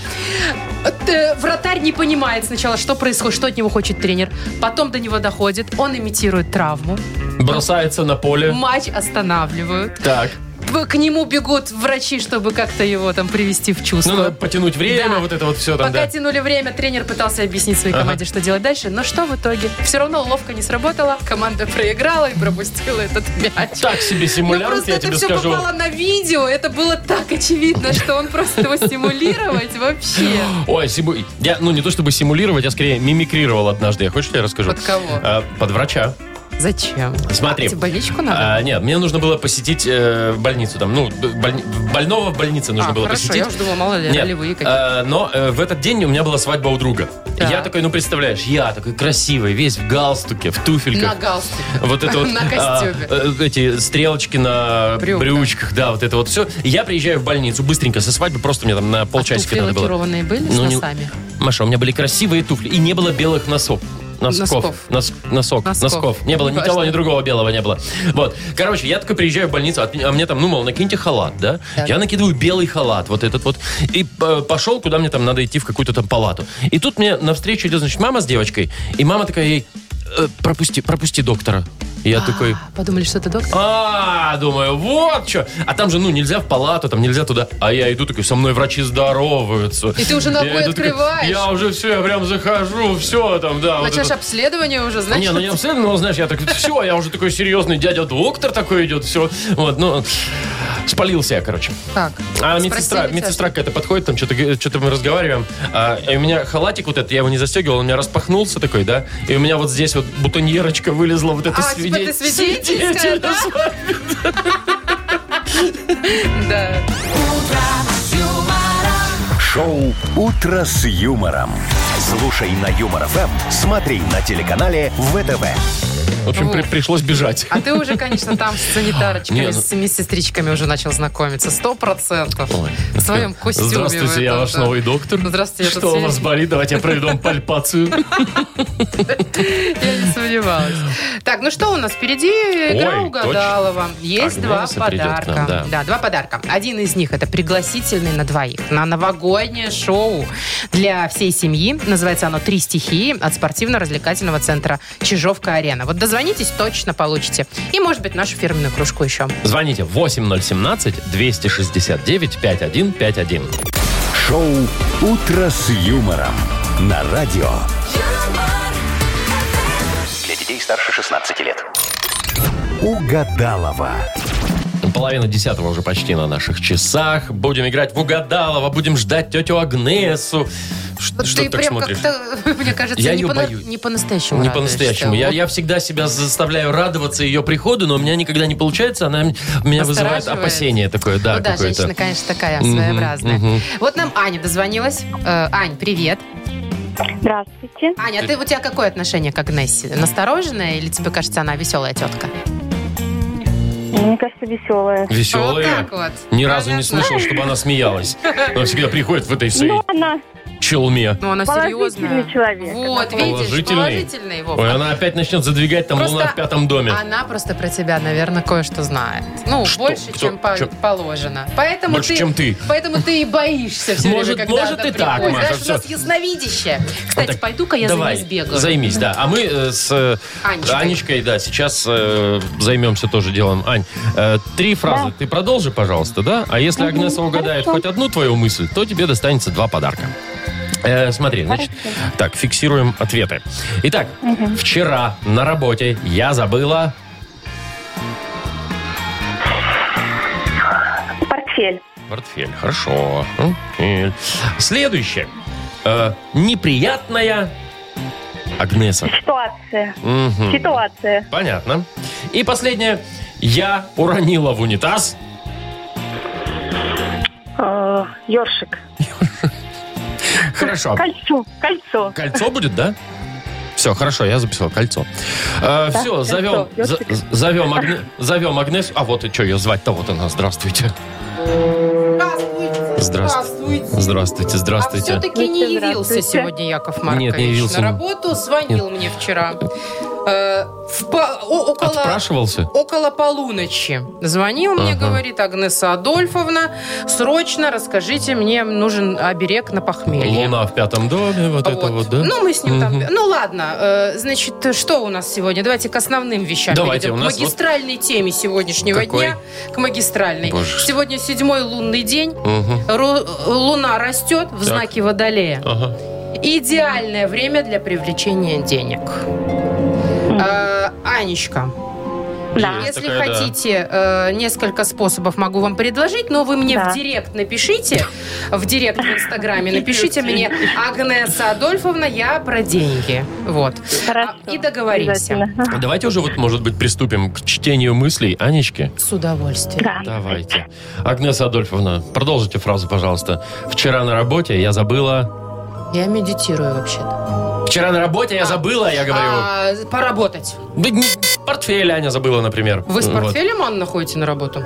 Speaker 3: Э, Вратарь не понимает сначала, что происходит, что от него хочет тренер. Потом до него доходит, он имитирует травму,
Speaker 2: Бросается на поле.
Speaker 3: матч останавливают.
Speaker 2: Так.
Speaker 3: Б- к нему бегут врачи, чтобы как-то его там привести в
Speaker 2: Ну,
Speaker 3: чувство.
Speaker 2: надо потянуть время,
Speaker 3: Да.
Speaker 2: вот это вот все там,
Speaker 3: Пока
Speaker 2: да.
Speaker 3: тянули время, тренер пытался объяснить своей
Speaker 2: Ага.
Speaker 3: команде, что делать дальше. Но что в итоге? Все равно уловка не сработала, команда проиграла и пропустила этот мяч.
Speaker 2: Так себе
Speaker 3: Ну
Speaker 2: симулянт,
Speaker 3: просто
Speaker 2: я
Speaker 3: это
Speaker 2: тебе
Speaker 3: все
Speaker 2: скажу.
Speaker 3: попало на видео, это было так очевидно, что он просто его стимулировать
Speaker 2: [gasps]
Speaker 3: вообще.
Speaker 2: Ой, симу- я, ну не то чтобы симулировать, я скорее мимикрировал однажды. Я хочешь, я расскажу?
Speaker 3: Под кого? типа,
Speaker 2: А, под врача.
Speaker 3: Зачем?
Speaker 2: Смотри.
Speaker 3: Тебе больничку надо?
Speaker 2: А, нет, мне нужно было посетить э, больницу там. Ну, б- боль- больного в больнице нужно
Speaker 3: А,
Speaker 2: было
Speaker 3: хорошо,
Speaker 2: посетить.
Speaker 3: я уж думала, мало ли,
Speaker 2: Нет,
Speaker 3: ролевые какие-то.
Speaker 2: э, но э, в этот день у меня была свадьба у друга.
Speaker 3: Так.
Speaker 2: Я такой, ну представляешь, я такой красивый, весь в галстуке, в
Speaker 3: На
Speaker 2: туфельках.
Speaker 3: галстуке.
Speaker 2: Вот это вот
Speaker 3: На
Speaker 2: а,
Speaker 3: костюме.
Speaker 2: э, эти стрелочки на
Speaker 3: Брюках.
Speaker 2: брючках, да, вот это вот все. Я приезжаю в больницу быстренько со свадьбы, просто мне там на полчасика
Speaker 3: а туфли
Speaker 2: надо было.
Speaker 3: лакированные были с
Speaker 2: Ну, не-
Speaker 3: носами?
Speaker 2: Маша, у меня были красивые туфли, и не было белых носов. Носков.
Speaker 3: Носков.
Speaker 2: Нос- носок.
Speaker 3: Носков. Ну,
Speaker 2: Носков. Не было ни
Speaker 3: Неважно.
Speaker 2: того, ни другого белого не было. Вот. Короче, я такой приезжаю в больницу, а, а мне там, ну, мол, накиньте халат, да?
Speaker 3: Так.
Speaker 2: Я накидываю белый халат, вот этот вот. И э, пошел, куда мне там надо идти, в какую-то там палату. И тут мне навстречу идет, значит, мама с девочкой. И мама такая ей, «Э, пропусти, пропусти доктора. И я такой...
Speaker 3: А, Подумали, что это доктор?
Speaker 2: А, думаю, вот что. А там же, ну, нельзя в палату, там нельзя туда. А я иду такой, со мной врачи здороваются.
Speaker 3: И ты уже
Speaker 2: Я
Speaker 3: ногой
Speaker 2: иду такой,
Speaker 3: открываешь.
Speaker 2: я уже все, я прям захожу, все там, да. вот
Speaker 3: Начнешь
Speaker 2: это.
Speaker 3: обследование уже, значит?
Speaker 2: Не, ну не абсолютно, но знаешь, я так, все, я уже такой серьезный дядя доктор такой идет, все. Вот, ну, спалился я, короче.
Speaker 3: Так.
Speaker 2: А медсестра,
Speaker 3: Спросили тебя?
Speaker 2: медсестра какая-то подходит, там что-то, что-то мы разговариваем. А, и у меня халатик вот этот, я его не застегивал, он у меня распахнулся такой, да. И у меня вот здесь вот бутоньерочка вылезла, вот это
Speaker 3: А, типа
Speaker 2: свидетель.
Speaker 3: ты свидетельская, да? Да.
Speaker 1: Шоу «Утро с юмором». Слушай на Юмор ФМ, смотри на телеканале ВТВ.
Speaker 2: В общем, при-
Speaker 3: Вот.
Speaker 2: пришлось бежать.
Speaker 3: А ты уже, конечно, там с санитарочками,
Speaker 2: Не, ну-
Speaker 3: с медсестричками уже начал знакомиться. Сто процентов.
Speaker 2: Ой.
Speaker 3: В
Speaker 2: [laughs]
Speaker 3: своем костюме. в
Speaker 2: Здравствуйте, я
Speaker 3: этом,
Speaker 2: ваш
Speaker 3: да.
Speaker 2: новый доктор.
Speaker 3: Ну, здравствуйте, я
Speaker 2: Что
Speaker 3: тут
Speaker 2: у вас
Speaker 3: сижу.
Speaker 2: болит? Давайте я проведу вам пальпацию.
Speaker 3: Я не сомневалась. Так, ну что у нас впереди? Игра
Speaker 2: Ой,
Speaker 3: угадалова. Есть два
Speaker 2: Агнеса придет к
Speaker 3: подарка.
Speaker 2: нам, да.
Speaker 3: да. два подарка. Один из них это пригласительный на двоих на новогоднее шоу для всей семьи. Называется оно «Три стихии» от спортивно-развлекательного центра «Чижовка-арена». Вот дозвонитесь, точно получите. И, может быть, нашу фирменную кружку еще.
Speaker 2: Звоните 8017-269-5151.
Speaker 1: Шоу «Утро с юмором» на радио.
Speaker 4: Для детей старше 16 лет.
Speaker 1: Угадалова.
Speaker 2: Половина десятого уже почти на наших часах. Будем играть в угадалово, будем ждать тетю Агнесу. Ш- Что ты
Speaker 3: Ну, Ты
Speaker 2: так
Speaker 3: прям
Speaker 2: смотришь?
Speaker 3: как-то, [laughs] мне кажется,
Speaker 2: Я
Speaker 3: не,
Speaker 2: ее
Speaker 3: пона-
Speaker 2: боюсь.
Speaker 3: не по-настоящему
Speaker 2: Не
Speaker 3: радуешься.
Speaker 2: по-настоящему. Я, я всегда себя заставляю радоваться ее приходу, но у меня никогда не получается. Она м- меня вызывает
Speaker 3: Настораживает.
Speaker 2: опасение такое, да,
Speaker 3: ну да,
Speaker 2: какое-то.
Speaker 3: женщина, конечно, такая
Speaker 2: Мгм,
Speaker 3: своеобразная.
Speaker 2: мгм.
Speaker 3: Вот нам Аня дозвонилась. Э, Ань, привет.
Speaker 5: Здравствуйте.
Speaker 3: Аня, а ты, у тебя какое отношение к Агнессе? Настороженная или тебе кажется, она веселая тетка?
Speaker 5: Мне кажется, веселая.
Speaker 2: Веселая.
Speaker 3: Вот так вот.
Speaker 2: Ни разу не
Speaker 3: Понятно.
Speaker 2: слышал, чтобы она смеялась. Она всегда приходит в этой своей
Speaker 5: Ну, она
Speaker 2: челме.
Speaker 3: Ну, она серьезная.
Speaker 5: Положительный человек.
Speaker 3: Вот, видишь,
Speaker 2: Положительный.
Speaker 3: положительный его.
Speaker 2: Ой, она опять начнет задвигать там
Speaker 3: Просто
Speaker 2: луна в пятом доме.
Speaker 3: Она просто про тебя, наверное, кое-что знает. Ну,
Speaker 2: Что?
Speaker 3: больше,
Speaker 2: Кто?
Speaker 3: чем по-
Speaker 2: Чё?
Speaker 3: положено. Поэтому
Speaker 2: Больше,
Speaker 3: ты,
Speaker 2: чем ты.
Speaker 3: Поэтому ты и боишься все
Speaker 2: Может,
Speaker 3: время, когда
Speaker 2: может
Speaker 3: она
Speaker 2: и так,
Speaker 3: приходит.
Speaker 2: Маша,
Speaker 3: Знаешь, у нас
Speaker 2: всё.
Speaker 3: ясновидящее. Кстати,
Speaker 2: Так,
Speaker 3: пойду-ка я
Speaker 2: Давай,
Speaker 3: за ней сбегаю.
Speaker 2: займись, да. А мы э, с э,
Speaker 3: Анечкой.
Speaker 2: Анечкой, да, сейчас э, займемся тоже делом. Ань, э, три фразы. Ты продолжи, пожалуйста, да? А если Агнеса угадает хоть одну твою мысль, то тебе достанется два подарка. Э, смотри, значит, так, фиксируем ответы. Итак, вчера на работе я забыла...
Speaker 5: Портфель.
Speaker 2: Портфель, хорошо. Портфель. Следующее. Э, неприятная... Агнеса.
Speaker 5: Ситуация.
Speaker 2: Мгм.
Speaker 5: Ситуация.
Speaker 2: Понятно. И последнее. Я уронила в унитаз.
Speaker 5: Э, Ёршик.
Speaker 2: Хорошо.
Speaker 5: Кольцо. Кольцо.
Speaker 2: Кольцо будет, да? Все, хорошо, я записал кольцо. Э, все,
Speaker 5: кольцо,
Speaker 2: зовем, за-
Speaker 5: ёршик.
Speaker 2: зовем, Агне- зовем Агнесу. А вот и что ее звать-то, вот она. Здравствуйте.
Speaker 3: Здравствуйте.
Speaker 2: Здравствуйте. Здравствуйте,
Speaker 3: А
Speaker 2: здравствуйте.
Speaker 3: все-таки не
Speaker 5: Здравствуйте.
Speaker 3: явился сегодня Яков Маркович
Speaker 2: Нет, не явился.
Speaker 3: на работу. Звонил мне вчера. Э, в по- о- около,
Speaker 2: Отпрашивался?
Speaker 3: около полуночи. Звонил мне,
Speaker 2: Ага.
Speaker 3: говорит, Агнеса Адольфовна, срочно расскажите, мне нужен оберег на похмелье.
Speaker 2: Луна в пятом доме, вот, это вот, да?
Speaker 3: Ну, мы с ним там...
Speaker 2: Мгм.
Speaker 3: Ну, ладно. э, Значит, что у нас сегодня? Давайте к основным вещам
Speaker 2: Давайте,
Speaker 3: перейдем.
Speaker 2: у нас Ну,
Speaker 3: К магистральной теме сегодняшнего
Speaker 2: Какой?
Speaker 3: дня. К магистральной.
Speaker 2: Боже.
Speaker 3: Сегодня седьмой лунный день.
Speaker 2: Мгм.
Speaker 3: Ру- Луна растет в
Speaker 2: Так.
Speaker 3: знаке Водолея.
Speaker 2: Ага.
Speaker 3: Идеальное время для привлечения денег.
Speaker 2: Хм.
Speaker 3: Э, Анечка,
Speaker 5: Да.
Speaker 2: Есть
Speaker 3: если
Speaker 2: такая, да.
Speaker 3: хотите, э, несколько способов могу вам предложить, но вы мне
Speaker 5: Да.
Speaker 3: в директ напишите, в директ в Инстаграме напишите мне Агнеса Адольфовна, я про деньги. Вот.
Speaker 5: Хорошо.
Speaker 3: И договоримся.
Speaker 5: Обязательно.
Speaker 2: А Давайте уже вот, может быть, приступим к чтению мыслей Анечки.
Speaker 3: С удовольствием.
Speaker 5: Да.
Speaker 2: Давайте. Агнеса Адольфовна, продолжите фразу, пожалуйста. Вчера на работе я забыла...
Speaker 3: Я медитирую вообще-то.
Speaker 2: Вчера на работе я забыла, я говорю.
Speaker 3: А, поработать.
Speaker 2: Да не- Портфель Аня забыла, например.
Speaker 3: Вы с
Speaker 2: Вот.
Speaker 3: портфелем, Анна, ходите на работу?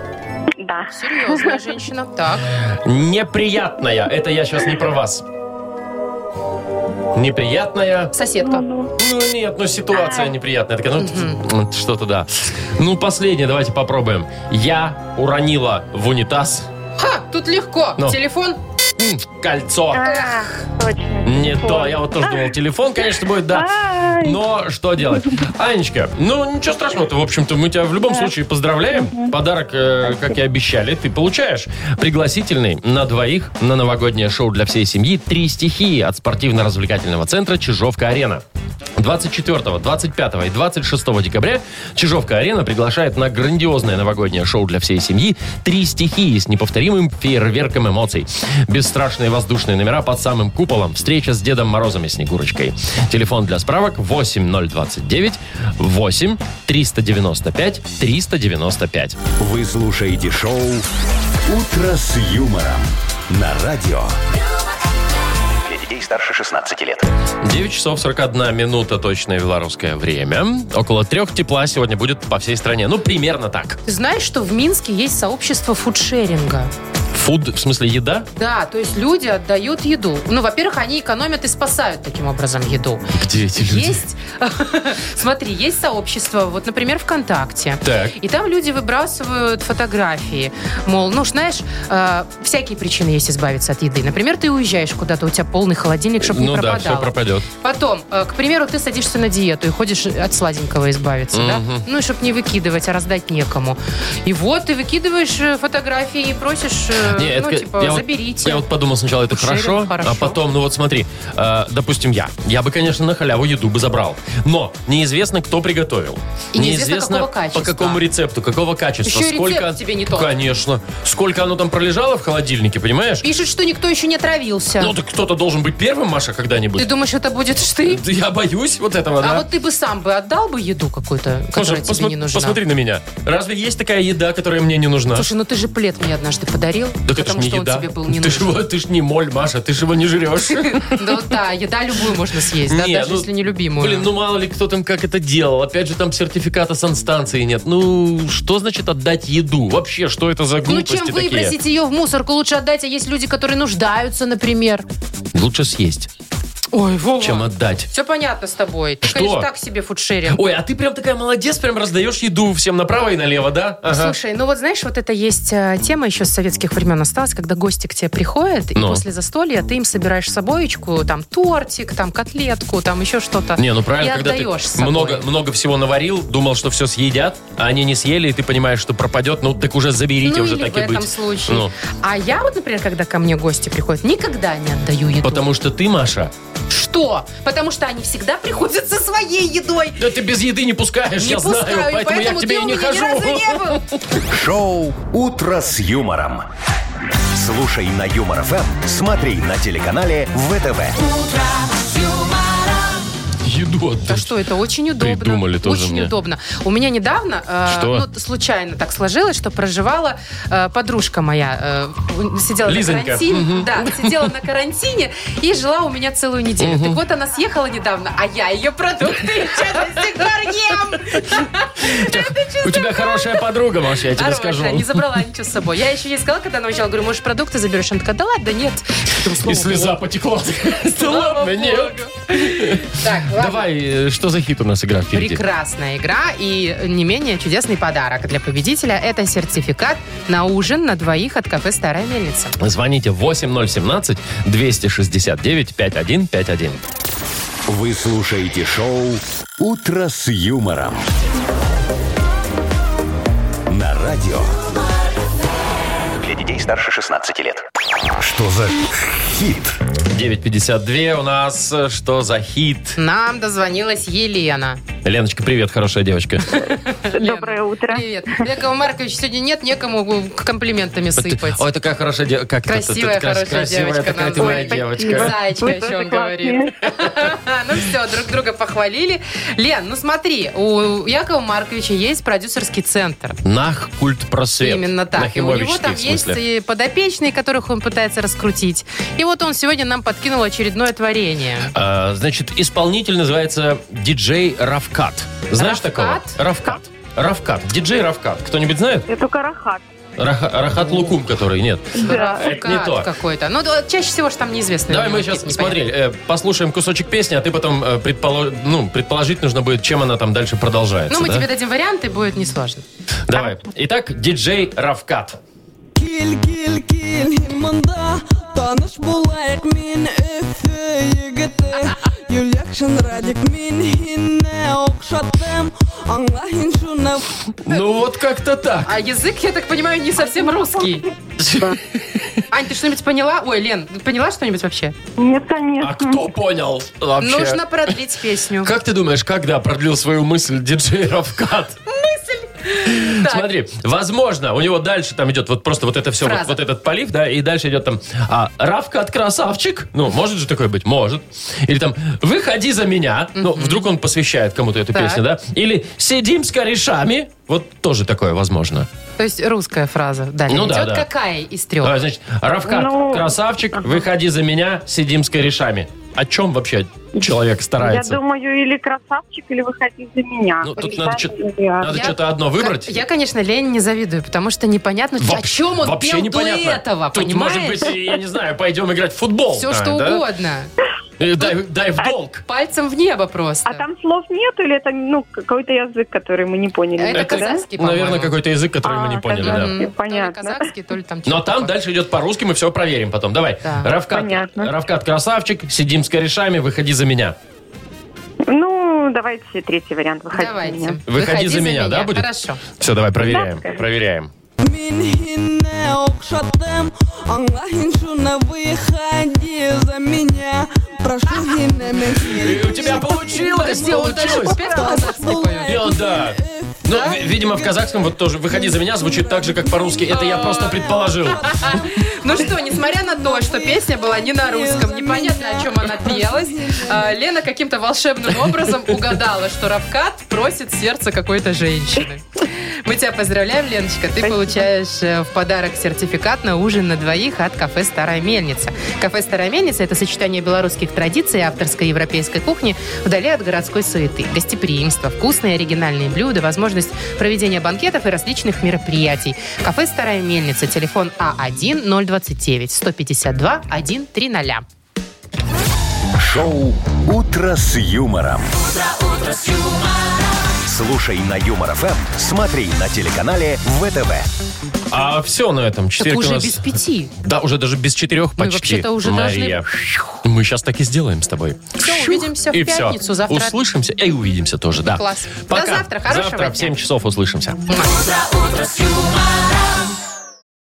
Speaker 5: Да.
Speaker 3: Серьезная женщина. Так.
Speaker 2: Неприятная. Это я сейчас не про вас. Неприятная.
Speaker 3: Соседка.
Speaker 2: Ну нет, ну ситуация неприятная. Такая, ну,
Speaker 3: А. Мгм.
Speaker 2: вот что-то да. Ну, последнее, давайте попробуем. Я уронила в унитаз
Speaker 3: Ха, тут легко.
Speaker 2: Ну.
Speaker 3: Телефон.
Speaker 2: м, кольцо.
Speaker 5: А, точно.
Speaker 2: Не то,
Speaker 5: Вот.
Speaker 2: я вот тоже думал, телефон, конечно, будет, да.
Speaker 5: Ай.
Speaker 2: Но что делать? Анечка, ну ничего страшного-то, в общем-то, мы тебя в любом случае поздравляем. Подарок, э, как и обещали, ты получаешь. Пригласительный на двоих на новогоднее шоу для всей семьи «Три стихии» от спортивно-развлекательного центра «Чижовка-арена». 24, 25 и 26 декабря Чижовка-арена приглашает на грандиозное новогоднее шоу для всей семьи «Три стихии» с неповторимым фейерверком эмоций. Бесстрашные воздушные номера под самым куполом. Встреча с Дедом Морозом и Снегурочкой. Телефон для справок 8029 8 395 395.
Speaker 1: Вы слушаете шоу «Утро с юмором» на радио.
Speaker 4: Для детей старше 16 лет.
Speaker 2: 9 часов 41 минута точное белорусское время. Около трех тепла сегодня будет по всей стране. Ну, примерно так.
Speaker 3: Ты знаешь, что в Минске есть сообщество фудшеринга?
Speaker 2: Фуд, в смысле еда?
Speaker 3: Да, то есть люди отдают еду. Ну, во-первых, они экономят и спасают таким образом еду.
Speaker 2: Где эти
Speaker 3: Есть, [laughs] смотри, есть сообщество, вот, например, ВКонтакте.
Speaker 2: Так.
Speaker 3: И там люди выбрасывают фотографии. Мол, ну, ж знаешь, э, всякие причины есть избавиться от еды. Например, ты уезжаешь куда-то, у тебя полный холодильник, чтобы не
Speaker 2: ну да, все
Speaker 3: пропадало.
Speaker 2: пропадет.
Speaker 3: Потом, э, к примеру, ты садишься на диету и ходишь от сладенького избавиться, да?
Speaker 2: Мгм.
Speaker 3: Ну, чтобы не выкидывать, а раздать некому. И вот ты выкидываешь э, фотографии и просишь, э,
Speaker 2: Не,
Speaker 3: ну,
Speaker 2: это-
Speaker 3: типа,
Speaker 2: я вот-
Speaker 3: заберите.
Speaker 2: я Вот, подумал сначала, это
Speaker 3: Шеринг
Speaker 2: хорошо,
Speaker 3: хорошо.
Speaker 2: а потом, ну вот смотри, э, допустим, я. Я бы, конечно, на халяву еду бы забрал. Но неизвестно, кто приготовил.
Speaker 3: И неизвестно, какого качества.
Speaker 2: по какому рецепту, какого качества.
Speaker 3: Еще и
Speaker 2: сколько...
Speaker 3: рецепт тебе не тот.
Speaker 2: Конечно. Сколько оно там пролежало в холодильнике, понимаешь?
Speaker 3: Пишет, что никто еще не отравился.
Speaker 2: Ну, так кто-то должен быть первым, Маша,
Speaker 3: ты
Speaker 2: когда-нибудь.
Speaker 3: думаешь, это будет штырь?
Speaker 2: Да Я боюсь вот этого, да.
Speaker 3: А вот ты бы сам бы отдал бы еду какую-то,
Speaker 2: Слушай,
Speaker 3: которая тебе
Speaker 2: посмо-
Speaker 3: не нужна?
Speaker 2: посмотри на меня. Разве есть такая еда, которая мне не нужна?
Speaker 3: Слушай, ну ты же плед мне однажды подарил.
Speaker 2: Так это ж
Speaker 3: потому
Speaker 2: не
Speaker 3: что он
Speaker 2: еда.
Speaker 3: тебе был не
Speaker 2: ты ж
Speaker 3: нужен.
Speaker 2: его, ты ж не моль, Маша, ты ж его не жрешь.
Speaker 3: [laughs] Да, вот, да, еда любую можно съесть, да,
Speaker 2: Не,
Speaker 3: даже
Speaker 2: ну,
Speaker 3: если не любимую.
Speaker 2: Блин, ну мало ли кто там как это делал. Опять же, там сертификата санстанции нет. Ну, что значит отдать еду? Вообще, что это за
Speaker 3: Ну,
Speaker 2: глупости
Speaker 3: чем
Speaker 2: такие?
Speaker 3: выбросить ее в мусорку, лучше отдать, а есть люди, которые нуждаются, например.
Speaker 2: Лучше съесть,
Speaker 3: Ой, Вова.
Speaker 2: чем отдать.
Speaker 3: Все понятно с тобой. Ты,
Speaker 2: Что?
Speaker 3: конечно, так себе фудшеринг.
Speaker 2: Ой, а ты прям такая молодец, прям раздаешь еду всем направо и налево, да? Ага.
Speaker 3: Слушай, ну вот знаешь, вот это есть э, тема еще с советских времен осталась, когда гости к тебе приходят, и
Speaker 2: Ну.
Speaker 3: после застолья ты им собираешь с собоечку, там, тортик, там, котлетку, там, еще что-то.
Speaker 2: Не, ну правильно,
Speaker 3: и
Speaker 2: когда ты
Speaker 3: отдаешь с собой.
Speaker 2: много, ну, много всего наварил, думал, что все съедят, а они не съели, и ты понимаешь, что пропадет, ну так уже заберите,
Speaker 3: ну,
Speaker 2: уже
Speaker 3: или
Speaker 2: так
Speaker 3: в
Speaker 2: и быть.
Speaker 3: этом случае.
Speaker 2: Ну.
Speaker 3: А я вот, например, когда ко мне гости приходят, никогда не отдаю еду.
Speaker 2: Потому что ты, Маша,
Speaker 3: Что? Потому что они всегда приходят со своей едой.
Speaker 2: да ты без еды не пускаешь,
Speaker 3: не
Speaker 2: я
Speaker 3: пускаю,
Speaker 2: знаю,
Speaker 3: и
Speaker 2: поэтому, я к
Speaker 3: ты
Speaker 2: тебе и
Speaker 3: у
Speaker 2: не
Speaker 3: меня
Speaker 2: хожу.
Speaker 3: Ни разу не был.
Speaker 1: Шоу «Утро с юмором». Слушай на Юмор ФМ, смотри на телеканале ВТВ.
Speaker 2: [laughs] Еду
Speaker 3: Да
Speaker 2: отдашь.
Speaker 3: что, это очень удобно.
Speaker 2: Придумали тоже
Speaker 3: Очень
Speaker 2: мне.
Speaker 3: удобно. У меня недавно, э,
Speaker 2: Что?
Speaker 3: ну, случайно так сложилось, что проживала э, подружка моя. э, у- сидела
Speaker 2: Лизонька.
Speaker 3: на карантине. Да, сидела на карантине и жила у меня целую неделю. Так вот, она съехала недавно, а я ее продукты сейчас до сих пор
Speaker 2: [laughs]
Speaker 3: ем.
Speaker 2: У тебя хорошая подруга, Маша, я тебе скажу.
Speaker 3: Хорошая, не забрала ничего с собой. Я еще ей сказала, когда она уезжала, говорю, может, продукты заберешь? Она такая, да ладно, да нет. Я
Speaker 2: И
Speaker 3: думаю, слава
Speaker 2: слеза потекла. Да
Speaker 3: Слава
Speaker 2: ладно,
Speaker 3: богу.
Speaker 2: нет.
Speaker 3: Так, ладно.
Speaker 2: Давай, э, что за хит у нас игра впереди?
Speaker 3: Прекрасная игра и не менее чудесный подарок для победителя. Это сертификат на ужин на двоих от кафе «Старая мельница».
Speaker 2: Звоните 8017-269-5151.
Speaker 1: Вы слушаете шоу «Утро с юмором». На радио.
Speaker 4: Для детей старше 16 лет.
Speaker 1: Что за хит?
Speaker 2: 9.52 у нас э, что за хит?
Speaker 3: Нам дозвонилась Елена.
Speaker 2: Леночка, привет, хорошая девочка.
Speaker 5: Доброе утро.
Speaker 3: Привет. Якова Маркович сегодня нет, некому комплиментами сыпать.
Speaker 2: Ой, такая хорошая девочка. Как ты- ты- ты-
Speaker 3: Красивая,
Speaker 2: крас-
Speaker 3: хорошая
Speaker 2: красивая
Speaker 3: девочка.
Speaker 2: такая
Speaker 3: нам
Speaker 2: ты моя
Speaker 3: звонит.
Speaker 2: девочка.
Speaker 3: Зайчка
Speaker 5: Вы
Speaker 3: еще
Speaker 5: тоже
Speaker 3: он говорит. [laughs] Ну все, друг друга похвалили. Лен, ну смотри, у Якова Марковича есть продюсерский центр.
Speaker 2: Нах культ просвет.
Speaker 3: Именно так. И у него
Speaker 2: Нахимовичский,
Speaker 3: там
Speaker 2: в
Speaker 3: есть
Speaker 2: смысле.
Speaker 3: и подопечные, которых он пытается раскрутить. И вот он сегодня нам подкинул очередное творение.
Speaker 2: А, значит, исполнитель называется диджей Равкат. Знаешь
Speaker 3: Равкат?
Speaker 2: такого? Равкат. Равкат. Диджей Равкат. Кто-нибудь знает?
Speaker 5: Это карахат.
Speaker 2: Рах- Рахат Лукум, который нет.
Speaker 5: Да.
Speaker 2: Это не
Speaker 3: Кат
Speaker 2: то.
Speaker 3: какой-то. Ну, да, чаще всего же там неизвестно.
Speaker 2: Давай мы сейчас, смотри, э, послушаем кусочек песни, а ты потом э, предполо- ну, предположить нужно будет, чем она там дальше продолжается.
Speaker 3: Ну, мы
Speaker 2: да?
Speaker 3: тебе дадим варианты, будет несложно.
Speaker 2: Давай. Итак, диджей Равкат.
Speaker 8: Кил, кил, кил, мында Таныш булайык мин Өфө егете Юл якшын радик мин Хинне окшаттым Аңлайын шуны
Speaker 2: Ну, вот как-то так.
Speaker 3: А язык, я так понимаю, не совсем русский.
Speaker 2: [laughs]
Speaker 3: Ань, ты что-нибудь поняла? Ой, Лен, ты поняла что-нибудь вообще?
Speaker 5: Нет, конечно.
Speaker 2: А кто понял вообще?
Speaker 3: Нужно продлить песню.
Speaker 2: Как ты думаешь, когда продлил свою мысль диджей Равкат?
Speaker 3: Так.
Speaker 2: Смотри, возможно, у него дальше там идет вот просто вот это все, вот,
Speaker 3: Фраза.
Speaker 2: вот этот полив, да, и дальше идет там а, Равкат красавчик. Ну, может же такое быть? Может. Или там Выходи за меня. Ну, вдруг он посвящает кому-то эту
Speaker 3: Так.
Speaker 2: песню, да? Или Сидим с корешами. Вот тоже такое возможно.
Speaker 3: То есть русская фраза. Далее
Speaker 2: Ну да,
Speaker 3: идет
Speaker 2: да.
Speaker 3: какая из трех?
Speaker 2: Давай, А, значит, Равкат
Speaker 5: Ну,
Speaker 2: красавчик, выходи за меня, сидим с корешами. О чем вообще человек
Speaker 5: Я
Speaker 2: А, старается?
Speaker 5: думаю, или красавчик, или выходи за меня.
Speaker 2: Ну, тут
Speaker 5: Или
Speaker 2: надо
Speaker 5: я,
Speaker 2: чё-
Speaker 5: или я.
Speaker 2: Надо
Speaker 3: Я-
Speaker 2: что-то одно выбрать.
Speaker 3: Я, конечно, Лене не завидую, потому что непонятно,
Speaker 2: Воп-
Speaker 3: о чем он
Speaker 2: вообще
Speaker 3: пел
Speaker 2: непонятно.
Speaker 3: до этого,
Speaker 2: Тут,
Speaker 3: понимаешь?
Speaker 2: может быть, я не знаю, пойдем играть в футбол.
Speaker 3: Все
Speaker 2: А,
Speaker 3: что
Speaker 2: да?
Speaker 3: угодно. Ну,
Speaker 2: Э, Дай, дай в
Speaker 3: а
Speaker 2: долг.
Speaker 3: Пальцем в небо просто.
Speaker 5: А там слов нет, или это ну какой-то язык, который мы не поняли?
Speaker 3: Это
Speaker 5: Да?
Speaker 3: казахский, по-моему.
Speaker 2: ну, Наверное, какой-то язык, который мы не
Speaker 5: А,
Speaker 2: поняли, да.
Speaker 5: казахский.
Speaker 3: Мгм.
Speaker 5: Понятно.
Speaker 3: То ли казахский, то ли там
Speaker 2: Но
Speaker 3: что-то
Speaker 2: там
Speaker 3: такое.
Speaker 2: дальше идет по-русски, мы все проверим потом. Давай.
Speaker 3: Да.
Speaker 2: Равкат,
Speaker 5: Понятно.
Speaker 2: Равкат красавчик, сидим с корешами, выходи за меня.
Speaker 5: Ну, давайте третий вариант. Выходи за меня.
Speaker 3: Давайте.
Speaker 2: Выходи за меня, да, будет?
Speaker 3: Хорошо.
Speaker 2: Все, давай проверяем.
Speaker 5: Да.
Speaker 2: Проверяем.
Speaker 8: Мин хинне окшаттым Аңлайын шуны Выходи за меня Прошу хинне мен
Speaker 2: И у тебя получилось!
Speaker 3: Подожди, он даже
Speaker 2: получилось.
Speaker 3: опять по-казахски
Speaker 2: Э,
Speaker 3: поет.
Speaker 2: Да. Ну, ви- видимо, в казахском вот тоже «выходи за меня» звучит так же, как по-русски. Это я просто предположил.
Speaker 3: Ну что, несмотря на то, что песня была не на русском, непонятно, о чем она пелась, э, Лена каким-то волшебным образом угадала, что Равкат просит сердце какой-то женщины. Мы тебя поздравляем, Леночка. Ты
Speaker 5: Спасибо.
Speaker 3: получаешь э, в подарок сертификат на ужин на двоих от кафе «Старая мельница». Кафе «Старая мельница» — это сочетание белорусских традиций и авторской европейской кухни вдали от городской суеты. Гостеприимство, вкусные оригинальные блюда, возможность проведения банкетов и различных мероприятий. Кафе «Старая мельница», телефон А А1-029-152-130.
Speaker 1: Шоу «Утро с юмором». Слушай на Юмор ФМ, смотри на телеканале ВТВ.
Speaker 2: А все на этом.
Speaker 3: Так
Speaker 2: Четверг у
Speaker 3: уже
Speaker 2: нас...
Speaker 3: без пяти.
Speaker 2: Да, уже даже без четырех
Speaker 3: Мы
Speaker 2: почти.
Speaker 3: вообще-то уже
Speaker 2: Мария. Мы сейчас так и сделаем с тобой.
Speaker 3: Все, увидимся в
Speaker 2: И всё.
Speaker 3: пятницу завтра.
Speaker 2: Услышимся и увидимся тоже, да.
Speaker 3: Класс. До
Speaker 2: Пока.
Speaker 3: завтра. Хорошего
Speaker 2: Завтра
Speaker 3: дня.
Speaker 2: в 7 часов услышимся.
Speaker 9: Утро, утро с юмором.